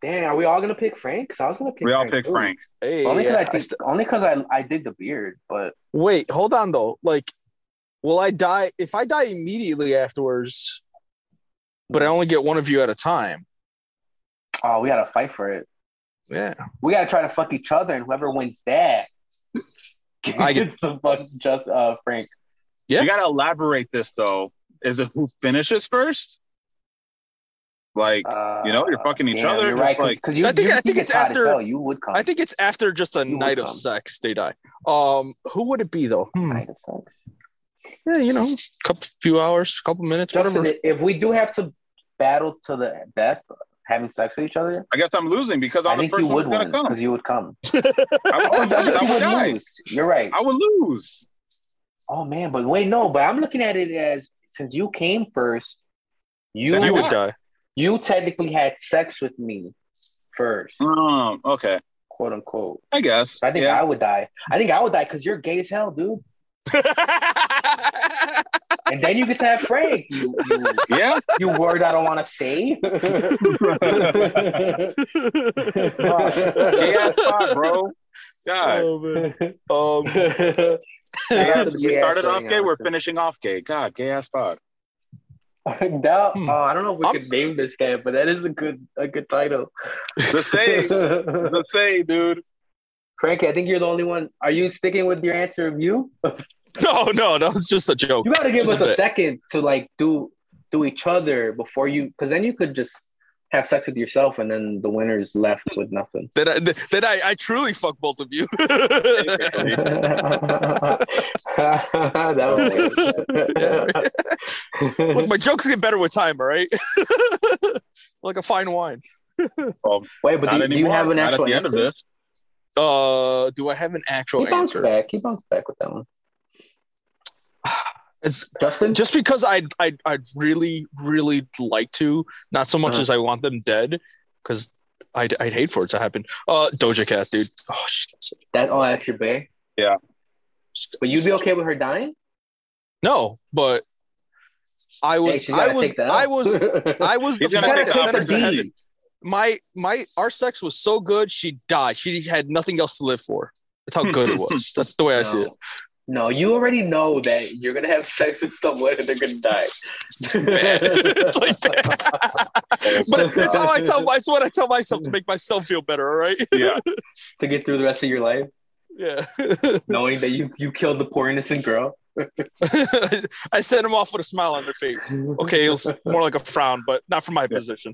A: Damn, are we all gonna pick Frank? Because I was gonna pick.
B: We all
A: Frank
B: picked
A: too.
B: Frank.
C: hey,
A: Only because
C: yeah,
A: I,
C: I
A: think-
C: st-
A: only 'cause I I did the beard, but
C: wait, hold on though. Like, will I die if I die immediately afterwards? But I only get one of you at a time.
A: oh, we gotta fight for it.
C: Yeah,
A: We gotta try to fuck each other, and whoever wins that
C: I get-
A: gets to fuck just uh Frank.
C: Yeah.
B: You gotta elaborate this though. Is it who finishes first? Like
A: Uh,
B: you know, you're fucking each
A: damn,
B: other.
A: You're right,
B: just like,
A: because you.
C: I think-
A: you
C: I think
A: get
C: it's
A: hot as
C: after-
A: hell, you would come.
C: I think it's after just a
A: You would
C: night of
A: come.
C: sex they die. Um, who would it be though? Hmm.
A: Night of sex.
C: Yeah, you know, couple few hours, couple minutes,
A: Justin,
C: whatever.
A: if we do have to battle to the death, having sex with each other,
B: I guess I'm losing because
A: I
B: I'm the
A: think you
B: first one
A: would
B: who's gonna
A: win
B: come.
A: because you would come.
B: I would,
A: Oh, I guess
B: I
A: you
B: would
A: would
B: die.
A: lose. You're right.
B: I would lose.
A: Oh man, but wait, no. But I'm looking at it as since you came first, you
B: Then
C: I
B: I
C: would
B: would
C: die.
A: you technically had sex with me first,
B: Um, okay.
A: quote unquote.
B: I guess.
A: So I think
B: yeah.
A: I would die. I think I would die because you're gay as hell, dude. And then you get to have Frank. You you,
B: yeah.
A: you word I don't want to say.
B: Gay ass spot, bro. God.
C: Oh, man. Um,
B: Gay ass-
A: Gay
B: we
A: ass
B: started off
A: thing,
B: gay, we're
A: honestly.
B: finishing off gay. God, gay ass spot.
A: That-
C: Hmm.
A: oh, I don't know if we
C: I'm-
A: could name this that, but that is a good a good title.
B: The say, the say, dude.
A: Frankie, I think you're the only one. Are you sticking with your answer of you?
C: no, no, that was just a joke.
A: You gotta give
C: Just
A: us
C: a
A: a
C: bit.
A: second to like do do each other before you, because then you could just have sex with yourself, and then the winner is left with nothing.
C: That I, that I, I truly fuck both of you.
A: that was
C: Look, my jokes get better with time, all right? like a fine wine.
A: Wait, but do, do
B: Not
A: you
B: anymore.
A: have an
B: Not at
A: actual
B: the end of
A: answer?
B: this.
C: Uh, do I have an actual
A: He bounced
C: answer?
A: back. He bounced back with that one.
C: It's-
A: Justin,
C: just because I I I'd really really like to, not so much
A: Uh-huh.
C: as I want them dead, because I'd, I'd hate for it to happen. Uh, Doja Cat, dude. Oh, shit.
A: that oh, that's your bae.
B: Yeah.
A: But you'd be okay with her dying?
C: No, but I
A: Hey,
C: was
A: she's gotta
C: I was
A: take that
C: I
A: out.
C: was I was the
B: He's
A: She's gotta
B: gonna
C: fuck
A: take
B: take the
C: that sent her to
B: opportunity.
A: the
C: heaven.
A: D.
C: my my our sex was so good she died she had nothing else to live for that's how good it was that's the way i see it
A: No, you already know that you're gonna have sex with someone and they're gonna die.
C: it's like that. but that's how i tell that's what i tell myself to make myself feel better all right
B: Yeah.
A: to get through the rest of your life,
C: yeah
A: knowing that you you killed the poor innocent girl.
C: i sent them off with a smile on their face okay it was more like a frown but not from my position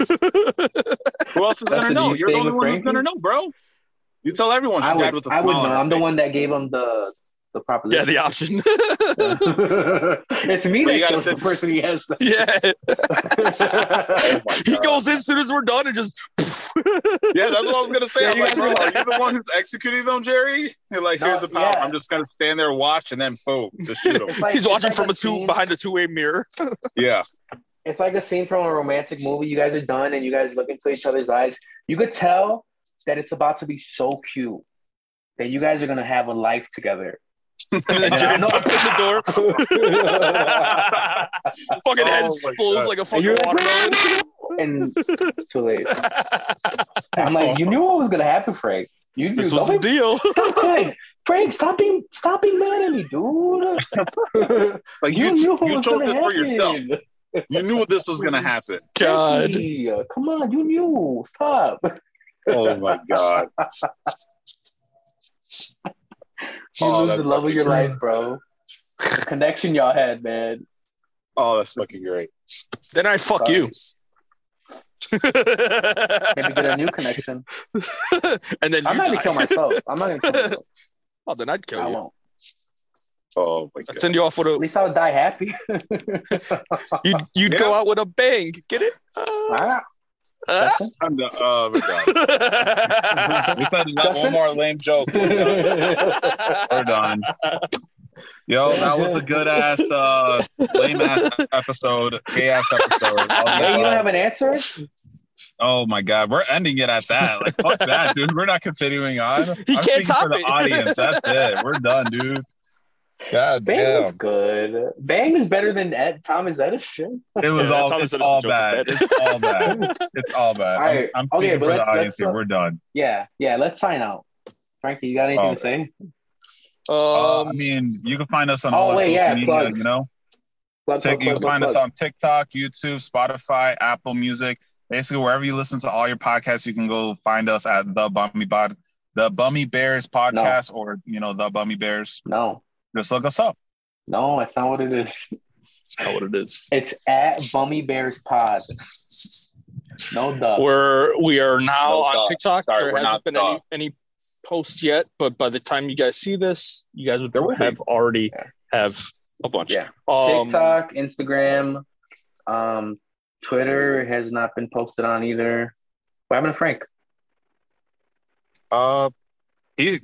B: Who else is
A: Dustin,
B: gonna
A: do
B: know?
A: you
B: You're
A: stay
B: the only
A: with
B: one
A: Frankie?
B: who's gonna know, bro. You tell everyone she
A: I
B: died
A: would,
B: with a
A: I would know.
B: smile on her
A: I'm the
B: face.
A: one that gave him the the
C: yeah
A: proposition.
C: the option
A: it's me
B: But
A: that
B: you gotta
A: kills the
B: sit-
A: person he has. To...
C: yeah
A: yeah,
B: Oh my
C: he
B: God.
C: goes in as soon as we're done and just
B: Yeah, that's what I was gonna say.
A: Yeah,
B: I'm
A: you
B: like, bro,
A: guys
B: are
A: are-
B: you the one who's executing them, Jerry? You're like,
A: No,
B: here's the power.
A: yeah.
B: I'm just gonna stand there, watch, and then boom, just shoot him.
A: It's like-
C: he's
A: it's
C: watching
A: like
C: from a two
A: scene-
C: behind a two-way mirror
B: yeah,
A: It's like a scene from a romantic movie. You guys are done, and you guys look into each other's eyes. You could tell that it's about to be so cute that you guys are gonna have a life together.
C: and then Jimmy
A: No.
C: busts in the door fucking
B: Oh
C: head
B: my God.
C: explodes like a
A: And
C: fucking
A: you're like,
C: watermelon.
A: and it's too late. I'm like, you knew what was gonna happen, Frank. You knew.
C: this was the
A: Don't be-
C: deal.
A: Frank, Frank, stop being, stop being mad at me, dude.
B: like you,
A: you,
B: you,
A: knew what was
B: chose
A: gonna
B: it for yourself.
A: happen.
B: You knew this was gonna happen.
C: God.
A: Frankie, come on, you knew. Stop.
B: Oh my god.
A: You
B: Oh,
A: lose
B: that's
A: the love of your life, bro. The connection y'all had, man.
B: Oh, that's fucking great.
C: Then I fuck you.
A: Maybe get a new connection.
C: and then
A: I'm
C: you
A: not gonna
C: die.
A: kill myself. I'm not gonna kill myself.
C: Well, then I'd kill
A: I
C: you.
A: won't.
D: Oh my
C: I'd
D: god.
C: send you off with
A: At
C: a
A: least I would die happy.
C: you'd, you'd
D: Yeah.
C: go out with a bang. Get it?
A: Ah,
C: Uh,
D: I'm the, oh my god.
C: uh.
B: We said
A: Justin?
B: one more lame joke. We're done. Yo, that was a good ass, uh, lame ass episode, gay ass episode. I'll be
A: Wait, you don't
B: alone.
A: have an answer?
B: Oh my god, we're ending it at that. Like fuck that, dude. We're not continuing on.
C: He
B: speaking
C: can't top
B: for the
C: it.
B: audience. That's it. We're done, dude. God
A: Bang
B: damn,
A: is good. Bang is better than Ed, Thomas Edison.
B: it was
C: Yeah,
B: all
C: Thomas
B: it's
C: Edison's
B: all
C: joke was
B: bad.
C: bad.
B: It's all bad. It's all bad. I'm-
A: Alright,
B: I'm,
A: okay,
B: speaking
A: but
B: for the
A: let's-
B: audience
A: let's,
B: here.
A: uh,
B: We're done.
A: Yeah, yeah. Let's sign out. Frankie, you got anything
B: Oh.
A: to say?
B: Uh,
C: Um,
B: I mean, you can find us on
A: oh,
B: all our
A: wait,
B: social
A: yeah,
B: media.
A: plugs.
B: You know,
A: Plug,
B: Tick,
A: plug,
B: you
A: plug,
B: can
A: plug,
B: find us
A: plug.
B: on TikTok, YouTube, Spotify, Apple Music, basically wherever you listen to all your podcasts. You can go find us at the Bummy Bod, the Bummy Bears podcast, or you know, the Bummy Bears.
A: No,
B: Just look us up.
A: no, that's not what it is.
C: that's not what it is.
A: It's at Bummy Bears Pod. No duh.
C: We're we are now
D: No
C: on
D: dog.
C: TikTok.
D: Sorry,
C: there
D: we're
C: hasn't
D: not
C: been
D: dog.
C: any any posts yet, but by the time you guys see this, you guys would
D: There will be.
C: have already
A: Yeah.
C: have a bunch.
A: Yeah.
C: Um,
A: TikTok, Instagram, um, Twitter has not been posted on either. What happened to Frank?
B: Uh,
D: He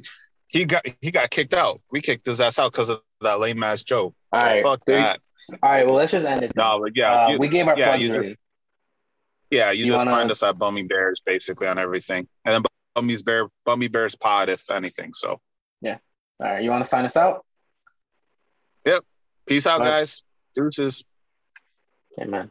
D: he got he got kicked out. We kicked his ass out because of that lame ass joke.
A: All right,
D: Fuck
A: there you-
D: that.
A: All right, well, let's just end it. then.
D: No, but yeah,
A: uh,
D: you,
A: we gave our
D: yeah,
A: plugs
D: you-
A: already.
D: yeah. You,
A: you
D: just
A: wanna-
D: find us at Bummy Bears basically on everything, and then Bummy's Bear Bummy Bears Pod if anything. So
A: All right, you want to sign us out?
D: peace out,
A: Bye.
D: guys. Deuces.
A: Amen.